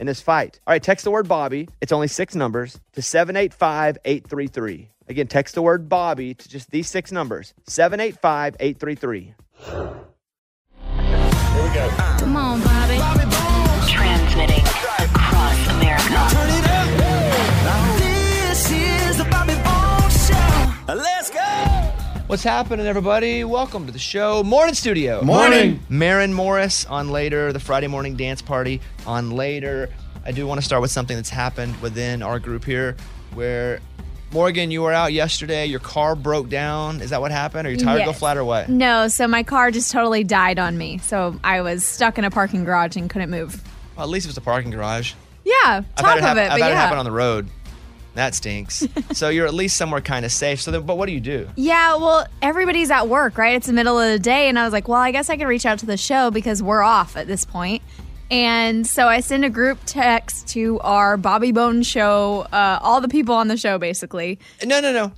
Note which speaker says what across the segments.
Speaker 1: in this fight. All right, text the word Bobby. It's only six numbers to 785 833. Again, text the word Bobby to just these six numbers 785 833.
Speaker 2: Here we go.
Speaker 3: Come on, Bobby.
Speaker 4: Transmitting across America.
Speaker 2: This is the Bobby Bones Show. Let's go.
Speaker 1: What's happening, everybody? Welcome to the show. Morning Studio.
Speaker 5: Morning.
Speaker 1: Marin Morris on later, the Friday morning dance party on later. I do want to start with something that's happened within our group here where. Morgan, you were out yesterday. Your car broke down. Is that what happened? Are you tired to go
Speaker 3: Yes.
Speaker 1: flat or what?
Speaker 3: No, so my car just totally died on me. So I was stuck in a parking garage and couldn't move.
Speaker 1: Well, at least it was a parking garage.
Speaker 3: Yeah,
Speaker 1: I've
Speaker 3: top
Speaker 1: had it, hap-
Speaker 3: of it,
Speaker 1: I've
Speaker 3: but
Speaker 1: had it
Speaker 3: yeah.
Speaker 1: happen on the road. That stinks. so you're at least somewhere kind of safe. So, then, but what do you do?
Speaker 3: yeah, well, everybody's at work, right? It's the middle of the day, and I was like, well, I guess I could reach out to the show because we're off at this point. And so I send a group text to our Bobby Bone show, uh, all the people on the show, basically.
Speaker 1: No, no, no.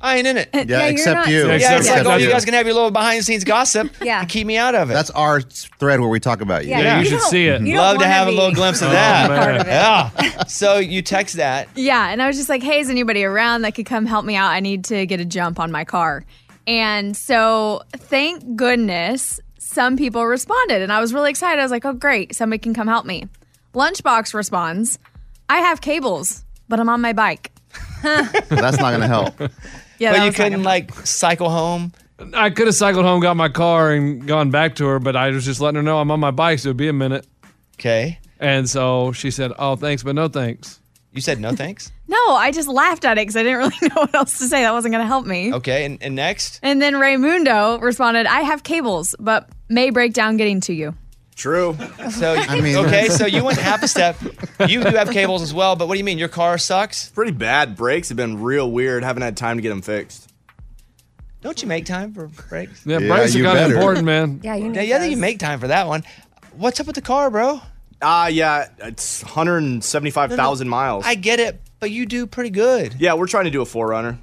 Speaker 1: I ain't in it. Yeah,
Speaker 5: Yeah,
Speaker 3: you're
Speaker 5: except
Speaker 3: not-
Speaker 5: you.
Speaker 3: Yeah,
Speaker 5: Except
Speaker 1: it's like, oh,
Speaker 5: you.
Speaker 1: you guys can have your little behind the scenes gossip.
Speaker 3: Yeah.
Speaker 1: and keep me out of it.
Speaker 5: That's our thread where we talk about you.
Speaker 3: Yeah,
Speaker 1: Yeah, you
Speaker 5: you
Speaker 1: should
Speaker 6: see it.
Speaker 3: you don't
Speaker 1: Love to
Speaker 3: wanna
Speaker 1: have a
Speaker 3: be
Speaker 1: little glimpse of
Speaker 6: Oh,
Speaker 1: that.
Speaker 6: man.
Speaker 3: part of it.
Speaker 1: yeah. So you text that.
Speaker 3: Yeah, and I was just like, "Hey, is anybody around that could come help me out? I need to get a jump on my car." And so, thank goodness, some people responded, and I was really excited. I was like, "Oh, great, somebody can come help me." Lunchbox responds, "I have cables, but I'm on my bike."
Speaker 5: That's not going to help.
Speaker 3: Yeah,
Speaker 1: But
Speaker 3: that
Speaker 1: you
Speaker 3: was not
Speaker 1: couldn't
Speaker 3: gonna-
Speaker 1: like cycle home.
Speaker 6: I could have cycled home, got my car, and gone back to her, but I was just letting her know I'm on my bike, so it'd be a minute.
Speaker 1: Okay.
Speaker 6: And so she said, "Oh, thanks, but no thanks."
Speaker 1: You said no thanks.
Speaker 3: No, I just laughed at it because I didn't really know what else to say. That wasn't going to help me.
Speaker 1: Okay. And, and next,
Speaker 3: And then Raymundo responded, "I have cables, but may break down getting to you."
Speaker 5: True.
Speaker 1: so I
Speaker 5: mean-
Speaker 1: okay, so you went half a step. You do have cables as well, but what do you mean? Your car sucks?
Speaker 7: Pretty bad. Brakes have been real weird. Haven't had time to get them fixed.
Speaker 1: Don't you make time for breaks?
Speaker 6: Yeah,
Speaker 5: Yeah,
Speaker 6: brakes are
Speaker 5: you
Speaker 6: kind of
Speaker 5: better.
Speaker 6: important, man.
Speaker 4: Yeah, you
Speaker 1: Yeah, yeah, I think you make time for that one. What's up with the car, bro?
Speaker 7: Ah, yeah, it's 175,000 miles.
Speaker 1: I get it, but you do pretty good.
Speaker 7: yeah, we're trying to do a forerunner.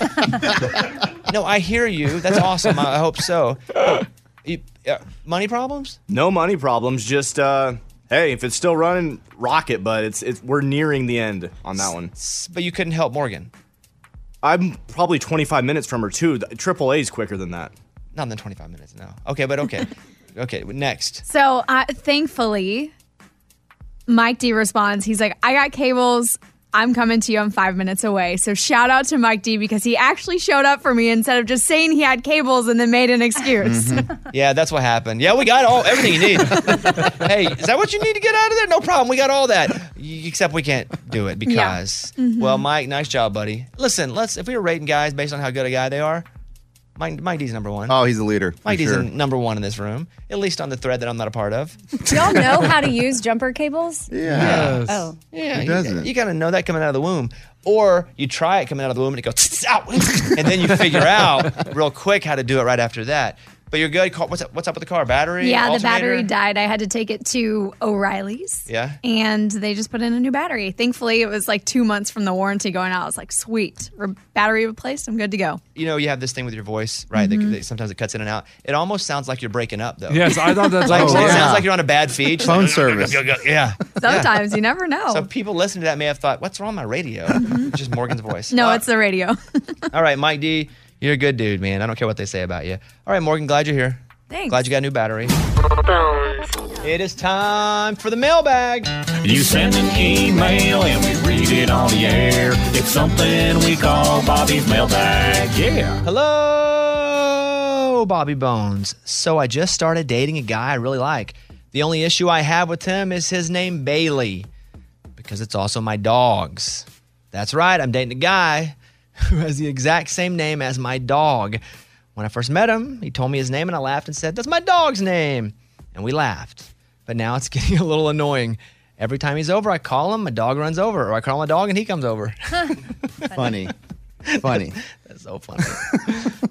Speaker 1: No, I hear you. That's awesome. I I hope so. But you- uh, money problems?
Speaker 7: No money problems. Just uh, hey, if it's still running, rock it. But it's it's we're nearing the end on that one.
Speaker 1: S- But you couldn't help Morgan.
Speaker 7: I'm probably 25 minutes from her too. The- Triple A's quicker than that.
Speaker 1: Not than 25 minutes, no. Okay, but okay. okay, next.
Speaker 3: So uh, thankfully, Mike D responds. He's like, I got cables. I'm coming to you. I'm five minutes away. So shout out to Mike D because he actually showed up for me instead of just saying he had cables and then made an excuse.
Speaker 1: Yeah, that's what happened. Yeah, we got all everything you need. hey, is that what you need to get out of there? No problem. We got all that. Y- Except we can't do it because, well, Mike, nice job, buddy. Listen, let's if we were rating guys based on how good a guy they are, Mike, Mike D's number one.
Speaker 5: Oh, he's a leader. for
Speaker 1: Mike D's
Speaker 5: sure.
Speaker 1: in- number one in this room, at least on the thread that I'm not a part of.
Speaker 8: Do y'all know how to use jumper cables?
Speaker 5: Yeah.
Speaker 8: Oh,
Speaker 1: Yeah, you,
Speaker 5: doesn't?
Speaker 1: You gotta know that coming out of the womb, or you try it coming out of the womb and it goes "Tss, out, and then you figure out real quick how to do it right after that. But you're good. Car- What's up? What's up with the car? Battery?
Speaker 3: Yeah, the
Speaker 1: Alternator?
Speaker 3: battery died. I had to take it to O'Reilly's.
Speaker 1: Yeah.
Speaker 3: And they just put in a new battery. Thankfully, it was like two months from the warranty going out. I was like, sweet, re- battery replaced. I'm good to go.
Speaker 1: You know, you have this thing with your voice, right?
Speaker 3: Mm-hmm.
Speaker 1: That, that sometimes it cuts in and out. It almost sounds like you're breaking up, though.
Speaker 6: Yes, I thought that's
Speaker 1: Like,
Speaker 6: oh,
Speaker 1: so it
Speaker 6: yeah.
Speaker 1: sounds like you're on a bad feed. Just
Speaker 5: Phone
Speaker 1: like,
Speaker 5: service.
Speaker 1: yeah.
Speaker 3: Sometimes you never know. Mm-hmm.
Speaker 1: So people listening to that may have thought, "What's wrong with my radio?" It's Just Morgan's voice.
Speaker 3: no,
Speaker 1: Uh,
Speaker 3: it's the radio.
Speaker 1: all right, Mike D. You're a good dude, man. I don't care what they say about you. All right, Morgan. Glad you're here.
Speaker 3: Thanks.
Speaker 1: Glad you got a new battery. It is time for the mailbag.
Speaker 9: You send an email and we read it on the air. It's something we call Bobby's mailbag. Yeah.
Speaker 1: Hello, Bobby Bones. So I just started dating a guy I really like. The only issue I have with him is his name Bailey, because it's also my dog's. That's right, I'm dating a guy who has the exact same name as my dog. When I first met him, he told me his name and I laughed and said, That's my dog's name. And we laughed. But now it's getting a little annoying. Every time he's over, I call him, my dog runs over, or I call my dog and he comes over.
Speaker 5: Funny. Funny.
Speaker 1: so funny.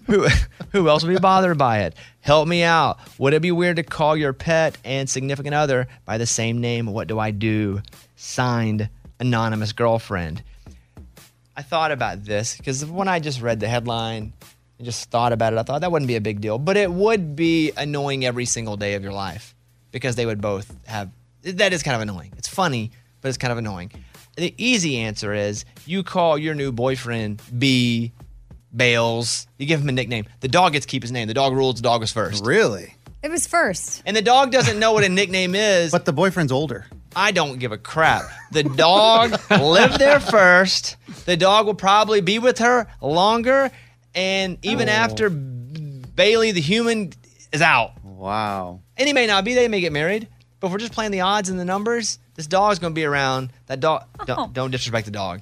Speaker 1: who, who else would be bothered by it? Help me out. Would it be weird to call your pet and significant other by the same name? What do I do? Signed, anonymous girlfriend. I thought about this because when I just read the headline and just thought about it, I thought that wouldn't be a big deal, but it would be annoying every single day of your life because they would both have. That is kind of annoying. It's funny, but it's kind of annoying. The easy answer is you call your new boyfriend B Bales. You give him a nickname. The dog gets to keep his name. The dog rules. The dog was first.
Speaker 5: Really?
Speaker 8: it was first.
Speaker 1: And the dog doesn't know what a nickname is.
Speaker 5: But the boyfriend's older.
Speaker 1: I don't give a crap. The dog lived there first. The dog will probably be with her longer. And even after Bailey, the human, is out.
Speaker 5: Wow.
Speaker 1: And he may not be, they may get married. But if we're just playing the odds and the numbers, this dog's going to be around. That dog,
Speaker 8: Oh.
Speaker 1: don't, don't disrespect the dog.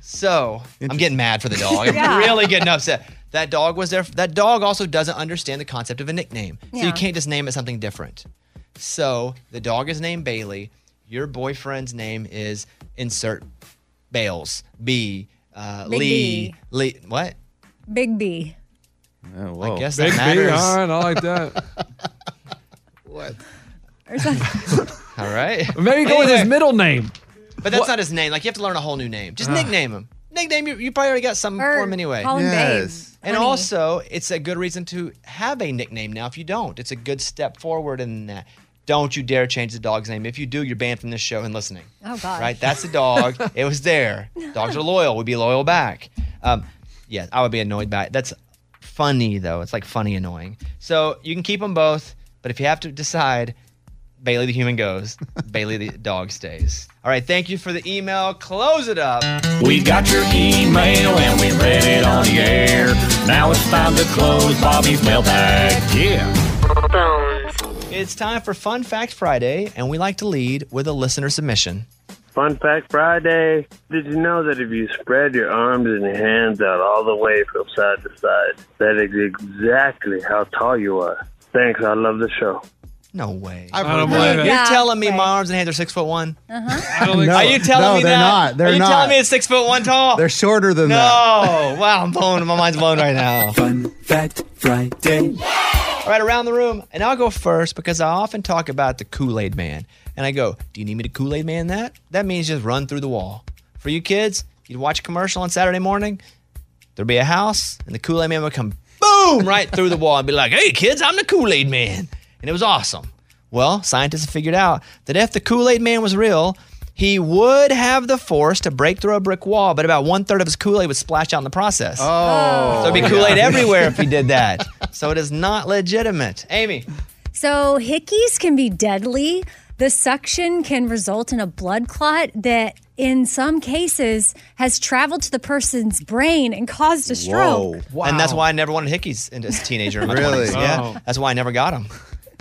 Speaker 1: So I'm getting mad for the dog. I'm
Speaker 8: Yeah.
Speaker 1: really getting upset. That dog was there. That dog also doesn't understand the concept of a nickname. So you
Speaker 8: Yeah.
Speaker 1: can't just name it something different. So the dog is named Bailey. Your boyfriend's name is insert Bales. B. Uh,
Speaker 8: Big
Speaker 1: Lee.
Speaker 8: B.
Speaker 1: Lee. What?
Speaker 8: Big B.
Speaker 5: Oh, whoa.
Speaker 1: I guess
Speaker 6: Big
Speaker 1: that
Speaker 6: B.
Speaker 1: matters.
Speaker 6: All right, I like that.
Speaker 8: Or something.
Speaker 1: All right.
Speaker 6: Maybe go with his
Speaker 1: Anyway.
Speaker 6: middle name. Ah.
Speaker 1: But that's not his name. Like you have to learn a whole new name. Just nickname him. Nickname you. You probably already got something
Speaker 8: Or
Speaker 1: for him anyway.
Speaker 8: Call him
Speaker 5: Yes.
Speaker 8: babe.
Speaker 1: and
Speaker 8: Honey.
Speaker 1: also, it's a good reason to have a nickname now. If you don't, it's a good step forward in that. Don't you dare change the dog's name. If you do, you're banned from this show and listening.
Speaker 8: Oh, God.
Speaker 1: Right? That's the dog. it was there. Dogs are loyal. We'd be loyal back. Um, yeah, I would be annoyed by it. That's funny though. It's like funny annoying. So you can keep them both, but if you have to decide, Bailey the human goes, Bailey the dog stays. All right, thank you for the email. Close it up.
Speaker 9: We got your email and we read it on the air. Now it's time to close Bobby's mailbag. Yeah.
Speaker 1: It's time for Fun Fact Friday, and we like to lead with a listener submission.
Speaker 10: Fun fact Friday. Did you know that if you spread your arms and your hands out all the way from side to side, that is exactly how tall you are? Thanks, I love the show.
Speaker 1: No way.
Speaker 5: I've
Speaker 6: I
Speaker 5: heard
Speaker 6: don't
Speaker 5: that.
Speaker 6: believe it.
Speaker 1: You're
Speaker 8: Yeah,
Speaker 1: telling me
Speaker 8: right. Uh-huh.
Speaker 1: my arms and hands are six foot one.
Speaker 6: I don't think
Speaker 5: No.
Speaker 1: Are you telling
Speaker 5: no,
Speaker 1: me
Speaker 5: they're
Speaker 1: that?
Speaker 5: not. They're
Speaker 1: are you
Speaker 5: not.
Speaker 1: telling me it's six foot one tall?
Speaker 5: They're shorter than that.
Speaker 1: no. Wow, I'm blown. My mind's blown right now.
Speaker 2: Fun Fact Friday.
Speaker 1: All right, around the room. And I'll go first because I often talk about the Kool Aid man. And I go, Do you need me to Kool Aid man that? That means just run through the wall. For you kids, you'd watch a commercial on Saturday morning, there'd be a house, and the Kool Aid man would come boom right through the wall and be like, Hey, kids, I'm the Kool Aid man. And it was awesome. Well, scientists have figured out that if the Kool Aid man was real, he would have the force to break through a brick wall, but about one third of his Kool Aid would splash out in the process.
Speaker 5: Oh.
Speaker 1: So it'd be Kool Aid everywhere if he did that. So it is not legitimate. Amy,
Speaker 8: So hickeys can be deadly. The suction can result in a blood clot that, in some cases, has traveled to the person's brain and caused a stroke.
Speaker 5: Whoa.
Speaker 1: and that's why I never wanted hickeys in- as a teenager. In my
Speaker 5: Really?
Speaker 1: 20s. Yeah,
Speaker 6: Oh.
Speaker 1: that's why I never got them.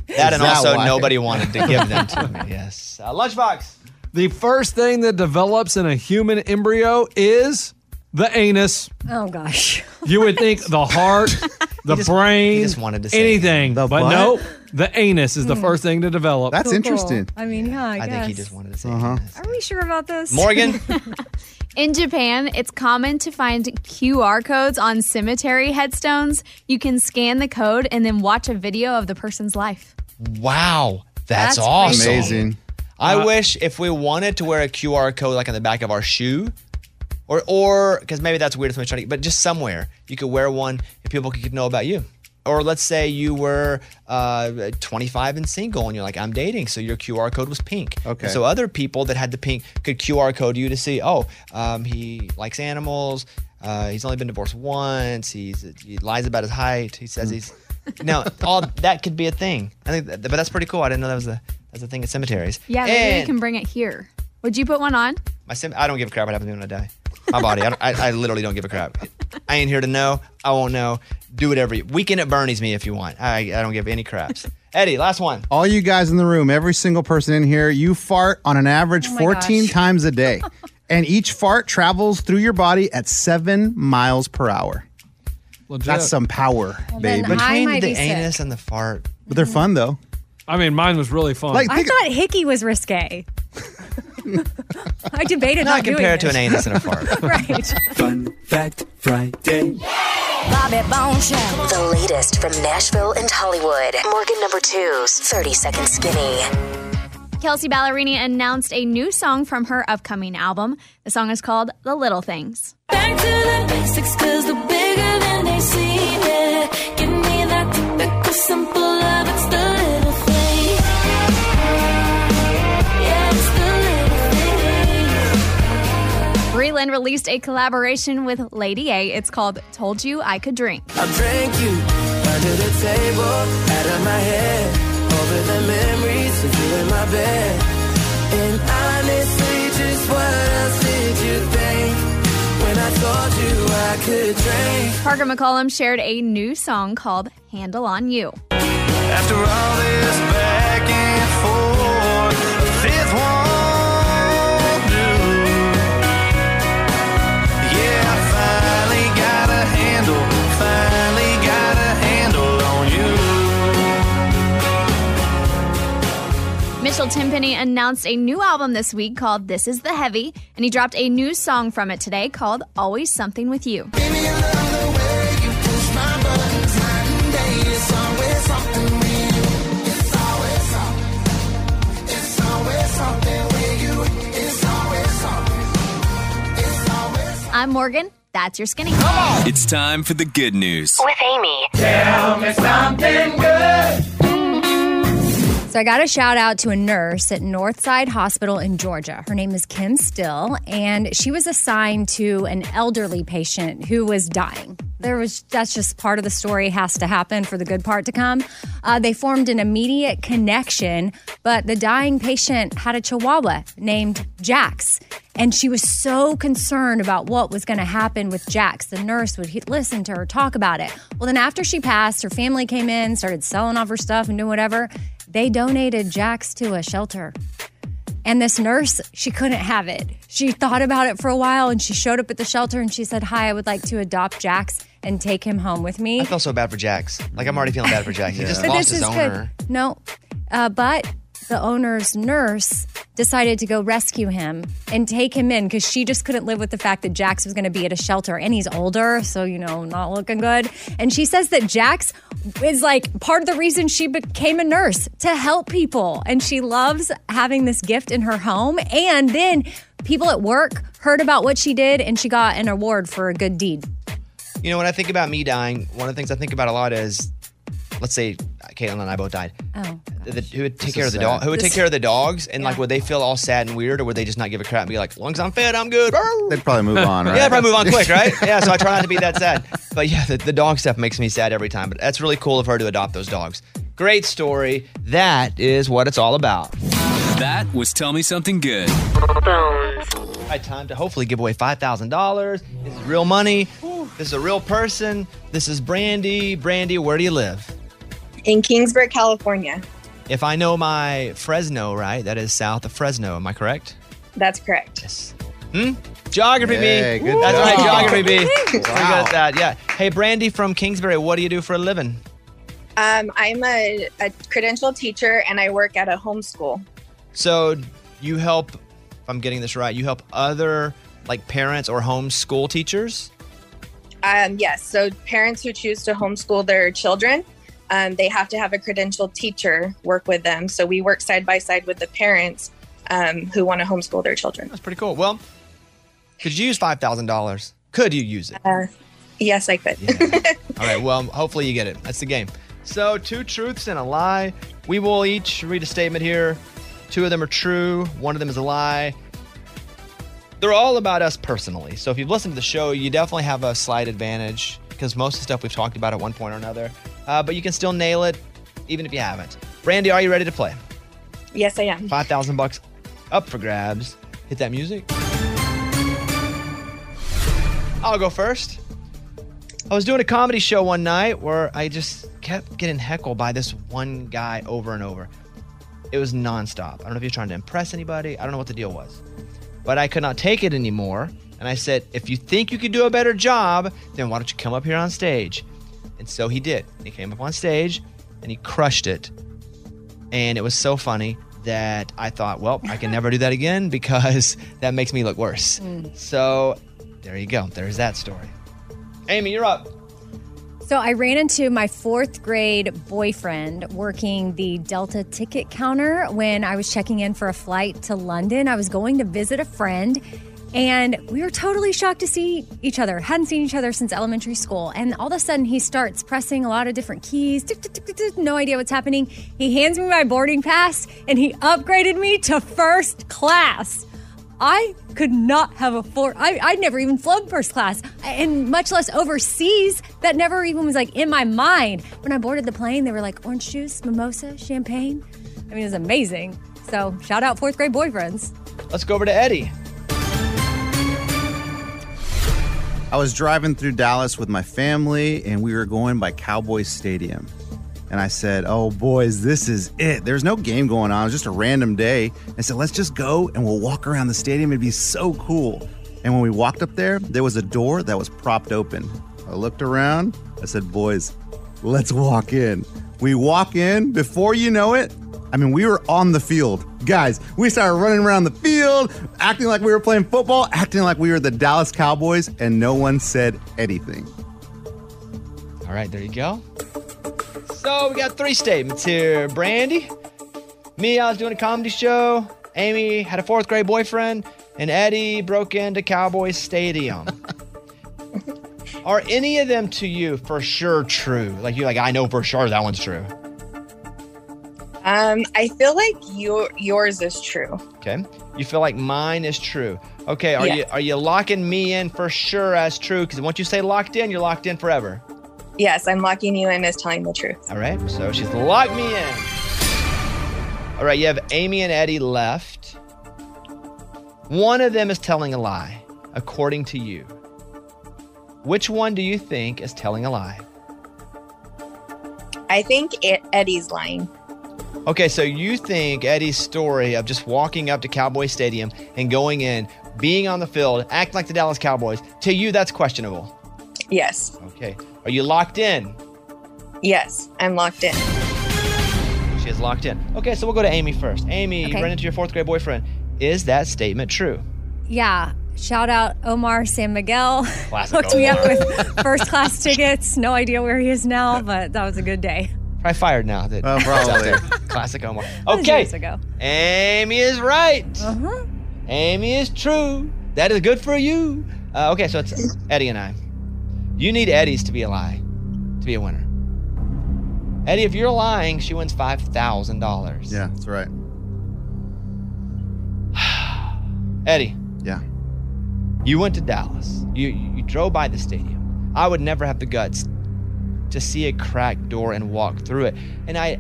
Speaker 1: That and
Speaker 5: that
Speaker 1: also
Speaker 5: why?
Speaker 1: nobody wanted to give them to me. Yes, uh, lunchbox.
Speaker 6: The first thing that develops in a human embryo is the anus.
Speaker 8: Oh gosh.
Speaker 6: You would think the heart, the brain, wanted
Speaker 8: to say
Speaker 6: anything, but
Speaker 8: butt?
Speaker 6: nope. The anus is the
Speaker 8: Hmm.
Speaker 6: first thing to develop.
Speaker 8: Cool, cool. I mean, yeah, I,
Speaker 6: I
Speaker 8: guess.
Speaker 6: think he just wanted to say. Uh-huh.
Speaker 3: Are we sure about this?
Speaker 6: Morgan?
Speaker 3: In Japan, it's common to find QR codes on cemetery headstones. You can scan the code and then watch a video of the person's life.
Speaker 1: Wow, that's,
Speaker 3: That's
Speaker 1: awesome.
Speaker 3: crazy.
Speaker 5: Amazing.
Speaker 1: I wish if we wanted to wear a QR code like on the back of our shoe, or or because maybe that's weird if somebody's trying to, but just somewhere you could wear one and people could know about you. Or let's say you were uh, 25 and single, and you're like, I'm dating, so your QR code was pink.
Speaker 5: Okay.
Speaker 1: And so other people that had the pink could QR code you to see, oh, um, he likes animals. Uh, he's only been divorced once. He's, he lies about his height. He says he's now all that could be a thing. I think, that, but that's pretty cool. I didn't know that was a that's a thing at cemeteries.
Speaker 3: Yeah, maybe we
Speaker 1: and
Speaker 3: can bring it here. Would you put one on?
Speaker 1: my cem- I don't give a crap what happens to me when I die. My body, I, don't, I, I literally don't give a crap. I ain't here to know. I won't know. Do whatever. You, weekend at Bernie's me if you want. I, I don't give any craps. Eddie, last one.
Speaker 5: All you guys in the room, every single person in here, you fart on an average
Speaker 1: Oh my
Speaker 5: 14
Speaker 1: gosh.
Speaker 5: times a day. and each fart travels through your body at seven miles per hour. That's some power, baby.
Speaker 1: Between the anus and the fart.
Speaker 5: But they're fun, though.
Speaker 6: I mean, mine was really fun.
Speaker 8: I thought hickey was risque. I debated
Speaker 1: Not
Speaker 8: not, doing
Speaker 1: compared to an anus
Speaker 8: this.
Speaker 1: and a fart.
Speaker 8: right.
Speaker 1: Fun fact Friday.
Speaker 4: Bobby Bones Show. The latest from Nashville and Hollywood. Morgan number two's 30 Second Skinny.
Speaker 3: Kelsey Ballerini announced a new song from her upcoming album. The song is called The Little Things.
Speaker 2: Back to the basics, cause the bigger than they seem, yeah. Give me that typical simple love, it's the little thing. Yeah, it's the little thing.
Speaker 3: Breland released a collaboration with Lady A. It's called Told You I Could Drink.
Speaker 2: I drank you under the table, out of my head, over the memories of you in my bed. And honestly, just what else did you think when I told you I could drink?
Speaker 3: Parker McCollum shared a new song called Handle on You.
Speaker 2: After all this back and forth, a fifth won't do. Yeah, I finally got a handle, finally got a handle on you.
Speaker 3: Mitchell Timpany announced a new album this week called This Is the Heavy, and he dropped a new song from it today called Always Something with You. I'm Morgan. That's your skinny.
Speaker 11: It's time for the good news.
Speaker 4: With Amy.
Speaker 2: Tell me something good.
Speaker 8: So I got a shout out to a nurse at Northside Hospital in Georgia. Her name is Kim Still, and she was assigned to an elderly patient who was dying. There was that's just part of the story has to happen for the good part to come. Uh, they formed an immediate connection, but the dying patient had a Chihuahua named Jax. And she was so concerned about what was going to happen with Jax. The nurse would he- listen to her talk about it. Well, then after she passed, her family came in, started selling off her stuff and doing whatever. They donated Jax to a shelter. And this nurse, she couldn't have it. She thought about it for a while and she showed up at the shelter and she said, Hi, I would like to adopt Jax and take him home with me.
Speaker 1: I feel so bad for Jax. Like I'm already feeling bad for Jax. He just
Speaker 8: But
Speaker 1: lost his
Speaker 8: this is
Speaker 1: owner.
Speaker 8: good. No, uh, but the owner's nurse decided to go rescue him and take him in because she just couldn't live with the fact that Jax was going to be at a shelter and he's older, so you know, not looking good. And she says that Jax is like part of the reason she became a nurse to help people, and she loves having this gift in her home. And then people at work heard about what she did, and she got an award for a good deed.
Speaker 1: You know, when I think about me dying, one of the things I think about a lot is, let's say Caitlin and I both died.
Speaker 8: Oh.
Speaker 1: The- who would take
Speaker 8: This
Speaker 1: care of
Speaker 8: is
Speaker 1: the dog?
Speaker 8: sad.
Speaker 1: Who would
Speaker 8: This-
Speaker 1: take care of the dogs? And like, would they feel all sad and weird, or would they just not give a crap and be like, as long as I'm fed, I'm good.
Speaker 5: They'd probably move on, right?
Speaker 1: Yeah, I'd probably move on quick, right? yeah, so I try not to be that sad. But yeah, the, the dog stuff makes me sad every time. But that's really cool of her to adopt those dogs. Great story. That is what it's all about.
Speaker 11: That was Tell Me Something Good.
Speaker 1: Right, time to hopefully give away five thousand dollars. This is real money. This is a real person. This is Brandy. Brandy, where do you live?
Speaker 12: in Kingsburg, California.
Speaker 1: If I know my Fresno right, that is south of Fresno. Am I correct?
Speaker 12: That's correct.
Speaker 1: Yes. Hmm? Geography
Speaker 5: Yay,
Speaker 1: B.
Speaker 5: good
Speaker 1: That's
Speaker 5: job.
Speaker 1: right, geography B. We're good
Speaker 5: Wow.
Speaker 1: at that. Yeah. Hey, Brandy from Kingsbury, what do you do for a living?
Speaker 12: Um, I'm a, a credentialed teacher and I work at a homeschool.
Speaker 1: So you help, if I'm getting this right, you help other like parents or homeschool teachers.
Speaker 12: Um, yes, so parents who choose to homeschool their children, um, they have to have a credentialed teacher work with them. So we work side by side with the parents um, who want to homeschool their children.
Speaker 1: That's pretty cool. Well, could you use five thousand dollars? Could you use it?
Speaker 12: Uh, yes, I could.
Speaker 1: All right. Well, hopefully you get it. That's the game. So, two truths and a lie. We will each read a statement here. Two of them are true, one of them is a lie. They're all about us personally. So, if you've listened to the show, you definitely have a slight advantage because most of the stuff we've talked about at one point or another. Uh, but you can still nail it, even if you haven't. Brandy, are you ready to play?
Speaker 12: yes, I am.
Speaker 1: Five thousand bucks up for grabs. Hit that music. I'll go first. I was doing a comedy show one night where I just kept getting heckled by this one guy over and over. It was nonstop. I don't know if he was trying to impress anybody. I don't know what the deal was. But I could not take it anymore. And I said, if you think you could do a better job, then why don't you come up here on stage? And so he did. He came up on stage and he crushed it and it was so funny that I thought, well, I can never do that again because that makes me look worse.
Speaker 8: Mm.
Speaker 1: So there you go. There's that story. Amy, you're up.
Speaker 8: So I ran into my fourth grade boyfriend working the Delta ticket counter when I was checking in for a flight to London. I was going to visit a friend. And we were totally shocked to see each other. Hadn't seen each other since elementary school. And all of a sudden, he starts pressing a lot of different keys. Tick, tick, tick, tick, tick, No idea what's happening. He hands me my boarding pass and he upgraded me to first class. I could not have a four. I, I'd never even flown first class, and much less overseas. That never even was like in my mind. When I boarded the plane, they were like orange juice, mimosa, champagne. I mean, it was amazing. So shout out fourth grade boyfriends.
Speaker 1: Let's go over to Eddie.
Speaker 5: I was driving through Dallas with my family and we were going by Cowboys Stadium. And I said, Oh, boys, this is it. There's no game going on. It was just a random day. I said, Let's just go and we'll walk around the stadium. It'd be so cool. And when we walked up there, there was a door that was propped open. I looked around. I said, Boys, let's walk in. We walk in. Before you know it, I mean, we were on the field. Guys, we started running around the field, acting like we were playing football, acting like we were the Dallas Cowboys, and no one said anything.
Speaker 1: All right, there you go. So we got three statements here. Brandy, me, I was doing a comedy show. Amy had a fourth grade boyfriend, and Eddie broke into Cowboys Stadium. Are any of them to you for sure true? Like you're like, I know for sure that one's true.
Speaker 12: Um, I feel like your yours is true.
Speaker 1: Okay. You feel like mine is true. Okay, are
Speaker 12: Yeah.
Speaker 1: you are you locking me in for sure as true? Because once you say locked in, you're locked in forever.
Speaker 12: Yes, I'm locking you in as telling the truth.
Speaker 1: All right, so she's locked me in. All right, you have Amy and Eddie left. One of them is telling a lie, according to you. Which one do you think is telling a lie?
Speaker 12: I think it, Eddie's lying.
Speaker 1: Okay, so you think Eddie's story of just walking up to Cowboy Stadium and going in, being on the field, acting like the Dallas Cowboys, to you, that's questionable.
Speaker 12: Yes,
Speaker 1: Okay. Are you locked in?
Speaker 12: yes, I'm locked in.
Speaker 1: She is locked in. Okay, so we'll go to Amy first. Amy, you
Speaker 8: Okay.
Speaker 1: ran into your fourth grade boyfriend. Is that statement true?
Speaker 8: Yeah, shout out Omar San Miguel.
Speaker 1: Classic
Speaker 8: Hooked me up
Speaker 1: Omar.
Speaker 8: with first class tickets. No idea where he is now, but that was a good day.
Speaker 1: Probably fired now. That
Speaker 5: Oh, probably.
Speaker 1: Classic Omar.
Speaker 8: That was
Speaker 1: Okay.
Speaker 8: Years ago.
Speaker 1: Amy is right.
Speaker 8: Uh-huh.
Speaker 1: Amy is true. That is good for you. Uh, okay, so it's Eddie and I. You need Eddie's to be a lie, to be a winner. Eddie, if you're lying, she wins five thousand dollars.
Speaker 5: Yeah, that's right.
Speaker 1: Eddie.
Speaker 5: Yeah.
Speaker 1: You went to Dallas. You you drove by the stadium. I would never have the guts to see a cracked door and walk through it. And I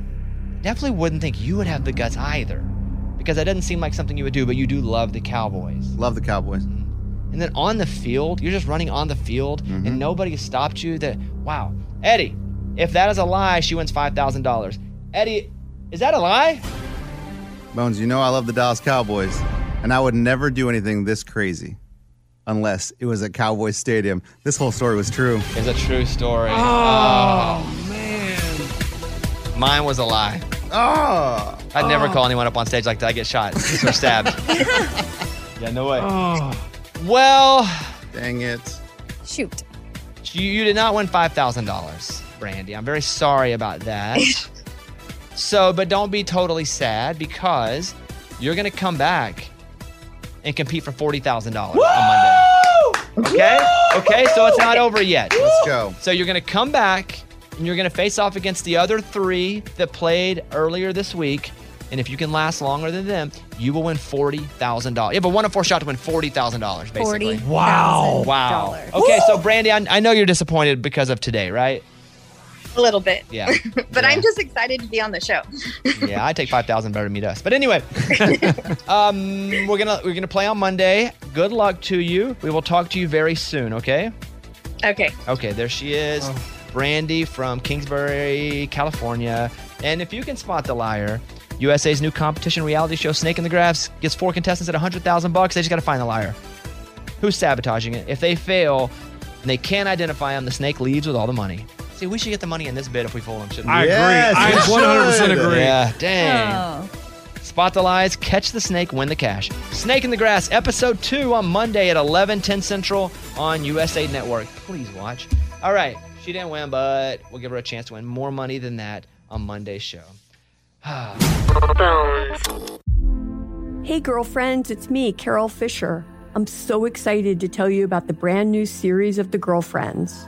Speaker 1: definitely wouldn't think you would have the guts either. Because that doesn't seem like something you would do, but you do love the Cowboys. Mm-hmm.
Speaker 5: Love the Cowboys.
Speaker 1: And then on the field, you're just running on the field
Speaker 5: Mm-hmm.
Speaker 1: and nobody has stopped you. That wow. Eddie, if that is a lie, she wins five thousand dollars. Eddie, is that a lie?
Speaker 5: Bones, you know I love the Dallas Cowboys. And I would never do anything this crazy unless it was at Cowboys Stadium. This whole story was true.
Speaker 1: It's a true story. Oh. Mine was a lie.
Speaker 5: Oh.
Speaker 1: Ah. I'd never call anyone up on stage like that. I get shot or stabbed. yeah, no way. Well,
Speaker 5: dang it.
Speaker 9: Shoot.
Speaker 1: You, you did not win $5,000, Brandy. I'm very sorry about that. so, but don't be totally sad because you're going to come back and compete for $40,000 on Monday. Okay? Okay, so it's not over yet. Let's
Speaker 5: go.
Speaker 1: So you're going to come back and you're going to face off against the other three that played earlier this week. And if you can last longer than them, you will win $40,000. You have a one in four shot to win $40,000, basically.
Speaker 9: $40,000.
Speaker 1: Wow. Wow. Okay, so Brandy, I, I know you're disappointed because of today, right?
Speaker 12: A little bit.
Speaker 1: Yeah.
Speaker 12: but I'm just excited to be on the show.
Speaker 1: yeah, I take five thousand better than meet us. But anyway, um, we're gonna we're gonna play on Monday. Good luck to you. We will talk to you very soon. Okay.
Speaker 12: Okay.
Speaker 1: Okay. There she is, Brandy from Kingsbury, California. And if you can spot the liar, USA's new competition reality show Snake in the Graphs gets four contestants at hundred thousand bucks. They just gotta find the liar. Who's sabotaging it? If they fail, and they can't identify him, the snake leaves with all the money. See, we should get the money in this bid if we fool him. Shouldn't we?
Speaker 13: I agree. Yes, I we 100% should. agree.
Speaker 1: Yeah, dang. Spot the lies, catch the snake, win the cash. Snake in the Grass, episode two on Monday at 11, 10 Central on USA Network. Please watch. All right, she didn't win, but we'll give her a chance to win more money than that on Monday's show.
Speaker 14: Hey, girlfriends, it's me, Carol Fisher. I'm so excited to tell you about the brand new series of The Girlfriends.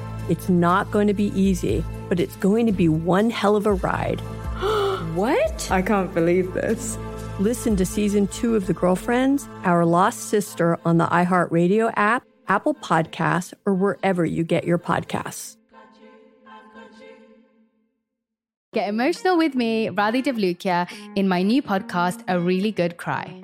Speaker 14: It's not going to be easy, but it's going to be one hell of a ride. what? I can't believe this. Listen to season two of The Girlfriends, Our Lost Sister on the iHeartRadio app, Apple Podcasts, or wherever you get your podcasts.
Speaker 15: Get emotional with me, Radhi Devlukia, in my new podcast, A Really Good Cry.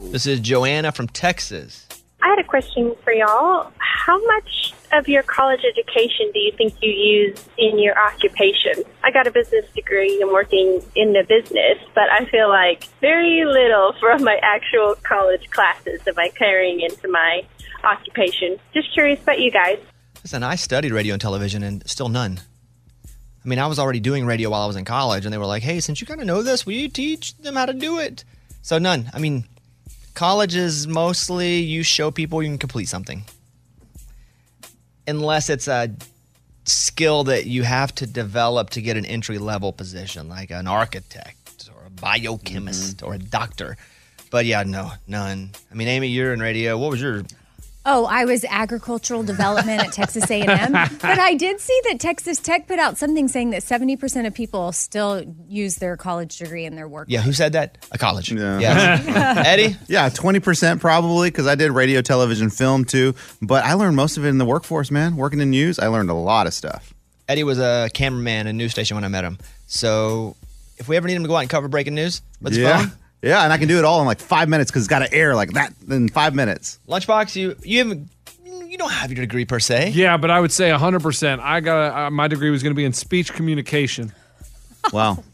Speaker 1: This is Joanna from Texas.
Speaker 9: I had a question for y'all. How much of your college education do you think you use in your occupation? I got a business degree and working in the business, but I feel like very little from my actual college classes am I carrying into my occupation. Just curious about you guys.
Speaker 1: Listen, I studied radio and television and still none. I mean, I was already doing radio while I was in college, and they were like, hey, since you kind of know this, will you teach them how to do it? So, none. I mean, college is mostly you show people you can complete something, unless it's a skill that you have to develop to get an entry level position, like an architect or a biochemist or a doctor. But yeah, no, none. I mean, Amy, you're in radio. What was your
Speaker 8: Oh, I was agricultural development at Texas A&M, but I did see that Texas Tech put out something saying that 70% of people still use their college degree in their work.
Speaker 1: Yeah, who said that? A college. Yeah. Eddie?
Speaker 5: Yeah, 20% probably because I did radio, television, film too. But I learned most of it in the workforce, man. Working in news, I learned a lot of stuff.
Speaker 1: Eddie was a cameraman at a news station when I met him. So if we ever need him to go out and cover breaking news, let's
Speaker 5: yeah.
Speaker 1: phone.
Speaker 5: Yeah, and I can do it all in like five minutes because it's got to air like that in five minutes.
Speaker 1: Lunchbox, you you haven't you don't have your degree per se.
Speaker 6: Yeah, but I would say 100%. I got uh, my degree was going to be in speech communication.
Speaker 5: Wow.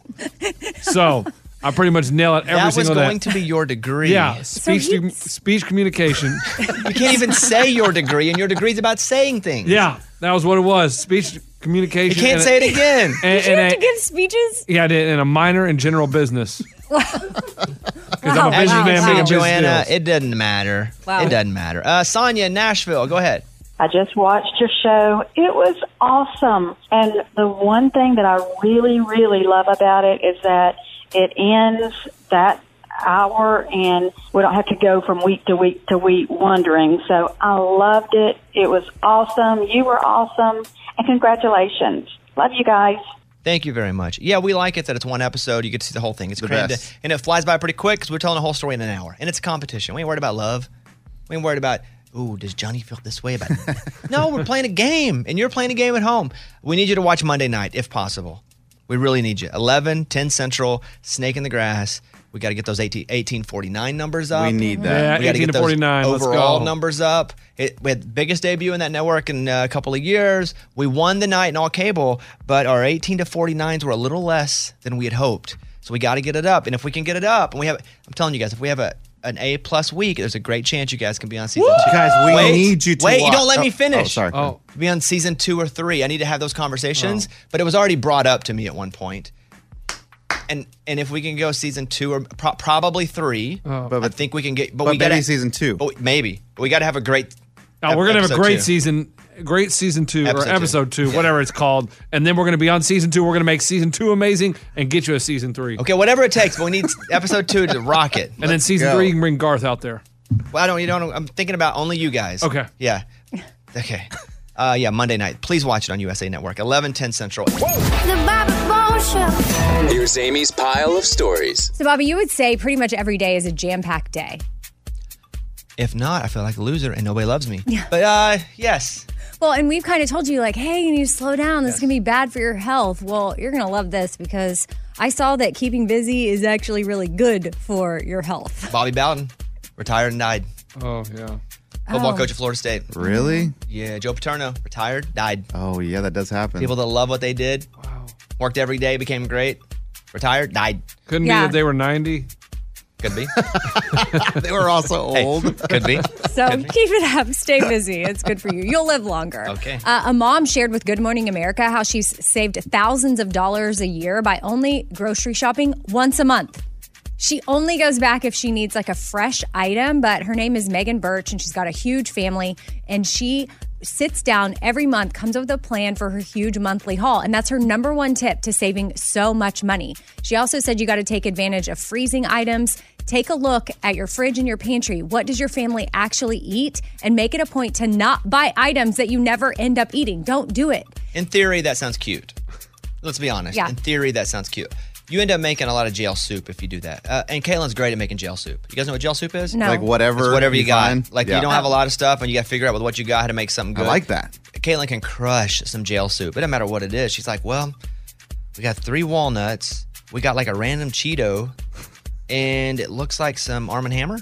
Speaker 6: so I pretty much nail it every
Speaker 1: that was
Speaker 6: single day.
Speaker 1: going to be your degree.
Speaker 6: yeah, speech com- speech communication.
Speaker 1: you can't even say your degree, and your degree's about saying things.
Speaker 6: yeah, that was what it was. Speech communication.
Speaker 1: You can't
Speaker 6: and a-
Speaker 1: say it again.
Speaker 6: And,
Speaker 8: Did you
Speaker 6: and
Speaker 8: have
Speaker 6: a-
Speaker 8: to give speeches?
Speaker 6: yeah, I did, and a minor in general business. Because I'm a
Speaker 1: As you can
Speaker 6: businessman making
Speaker 1: see,
Speaker 6: business
Speaker 1: Joanna,
Speaker 6: deals.
Speaker 1: it doesn't matter.
Speaker 7: Wow.
Speaker 1: It doesn't matter. Uh, Sonia, in Nashville, go ahead.
Speaker 7: I just watched your show. It was awesome. And the one thing that I really, really love about it is that it ends that hour and we don't have to go from week to week to week wondering. So I loved it. It was awesome. You were awesome. And congratulations. Love you guys.
Speaker 1: Thank you very much. Yeah, we like it that it's one episode. You get to see the whole thing. It's
Speaker 5: The
Speaker 1: crammed
Speaker 5: best.
Speaker 1: in- and it flies by pretty quick because we're telling a whole story in an hour. And it's a competition. We ain't worried about love. We ain't worried about. Ooh, does Johnny feel this way about? no, we're playing a game, and you're playing a game at home. We need you to watch Monday night if possible. We really need you. 11, 10 Central, Snake in the Grass. We got to get those 18, 1849 numbers up.
Speaker 5: We need that. Yeah,
Speaker 1: we gotta
Speaker 5: 18
Speaker 1: get
Speaker 5: to
Speaker 1: those
Speaker 5: 49, let's
Speaker 1: overall
Speaker 5: go.
Speaker 1: numbers up. It, we had the biggest debut in that network in uh, a couple of years. We won the night in all cable, but our 18 to 49s were a little less than we had hoped. So we got to get it up. And if we can get it up, and we have, I'm telling you guys, if we have a an A plus week, there's a great chance you guys can be on season two.
Speaker 5: Guys, we
Speaker 1: wait,
Speaker 5: need you to
Speaker 1: wait.
Speaker 5: watch-
Speaker 1: You don't let
Speaker 5: Oh,
Speaker 1: me
Speaker 5: oh,
Speaker 1: finish.
Speaker 5: sorry. Oh.
Speaker 1: be on season two or three. I need to have those conversations, but it was already brought up to me at one point. And and if we can go season two or pro- probably three, I think we can get. But,
Speaker 5: but
Speaker 1: we Oh, got
Speaker 5: maybe season two.
Speaker 1: But maybe we got to have a great.
Speaker 6: No, we're gonna have a
Speaker 1: episode
Speaker 6: great
Speaker 1: two.
Speaker 6: season, great season two
Speaker 1: Episode two.
Speaker 6: or episode two, whatever it's called, and then we're gonna be on season two. We're gonna make season two amazing and get you a season three.
Speaker 1: Okay, whatever it takes. But we need episode two to rock it.
Speaker 6: And then season three, you can bring Garth out there.
Speaker 1: Well, I don't. You don't. I'm thinking about only you guys.
Speaker 6: Okay.
Speaker 1: Yeah. Okay. Uh, yeah, Monday night. Please watch it on USA Network, 11, 10 Central.
Speaker 8: The Bobby Bones Show.
Speaker 7: Here's Amy's pile of stories.
Speaker 8: So, Bobby, you would say pretty much every day is a jam packed day.
Speaker 1: If not, I feel like a loser and nobody loves me. But uh, yes,
Speaker 8: Well, and we've kind of told you, like, hey, you need to slow down. This is going to be bad for your health. Well, you're going to love this because I saw that keeping busy is actually really good for your health.
Speaker 1: Bobby Bowden retired and died.
Speaker 6: Oh yeah.
Speaker 1: Football
Speaker 8: Oh.
Speaker 1: coach at Florida State.
Speaker 5: Really?
Speaker 1: Yeah. Joe Paterno retired, died.
Speaker 5: Oh yeah, that does happen.
Speaker 1: People that love what they did, worked every day, became great, retired, died.
Speaker 6: Couldn't
Speaker 8: Yeah.
Speaker 6: be that they were ninety.
Speaker 1: Could be.
Speaker 5: they were also old.
Speaker 1: could be.
Speaker 8: So keep it up. Stay busy. It's good for you. You'll live longer.
Speaker 1: Okay.
Speaker 8: Uh, a mom shared with Good Morning America how she's saved thousands of dollars a year by only grocery shopping once a month. She only goes back if she needs like a fresh item, but her name is Megan Birch and she's got a huge family and she sits down every month, comes up with a plan for her huge monthly haul. And that's her number one tip to saving so much money. She also said you got to take advantage of freezing items. Take a look at your fridge and your pantry. What does your family actually eat? And make it a point to not buy items that you never end up eating. Don't do it.
Speaker 1: In theory, that sounds cute. Let's be honest.
Speaker 8: Yeah.
Speaker 1: In theory, that sounds cute. You end up making a lot of jail soup if you do that. Uh, and Caitlin's great at making jail soup. You guys know what jail soup is?
Speaker 5: No. Like whatever
Speaker 1: It's whatever you,
Speaker 5: you
Speaker 1: got.
Speaker 5: find?
Speaker 1: Like
Speaker 5: Yeah.
Speaker 1: you don't have a lot of stuff, and you got to figure out with what you got how to make something
Speaker 5: I
Speaker 1: good.
Speaker 5: like that.
Speaker 1: Caitlin can crush some jail soup. It doesn't matter what it is. She's like, well, we got three walnuts. We got like a random Cheeto, and it looks like some Arm and Hammer.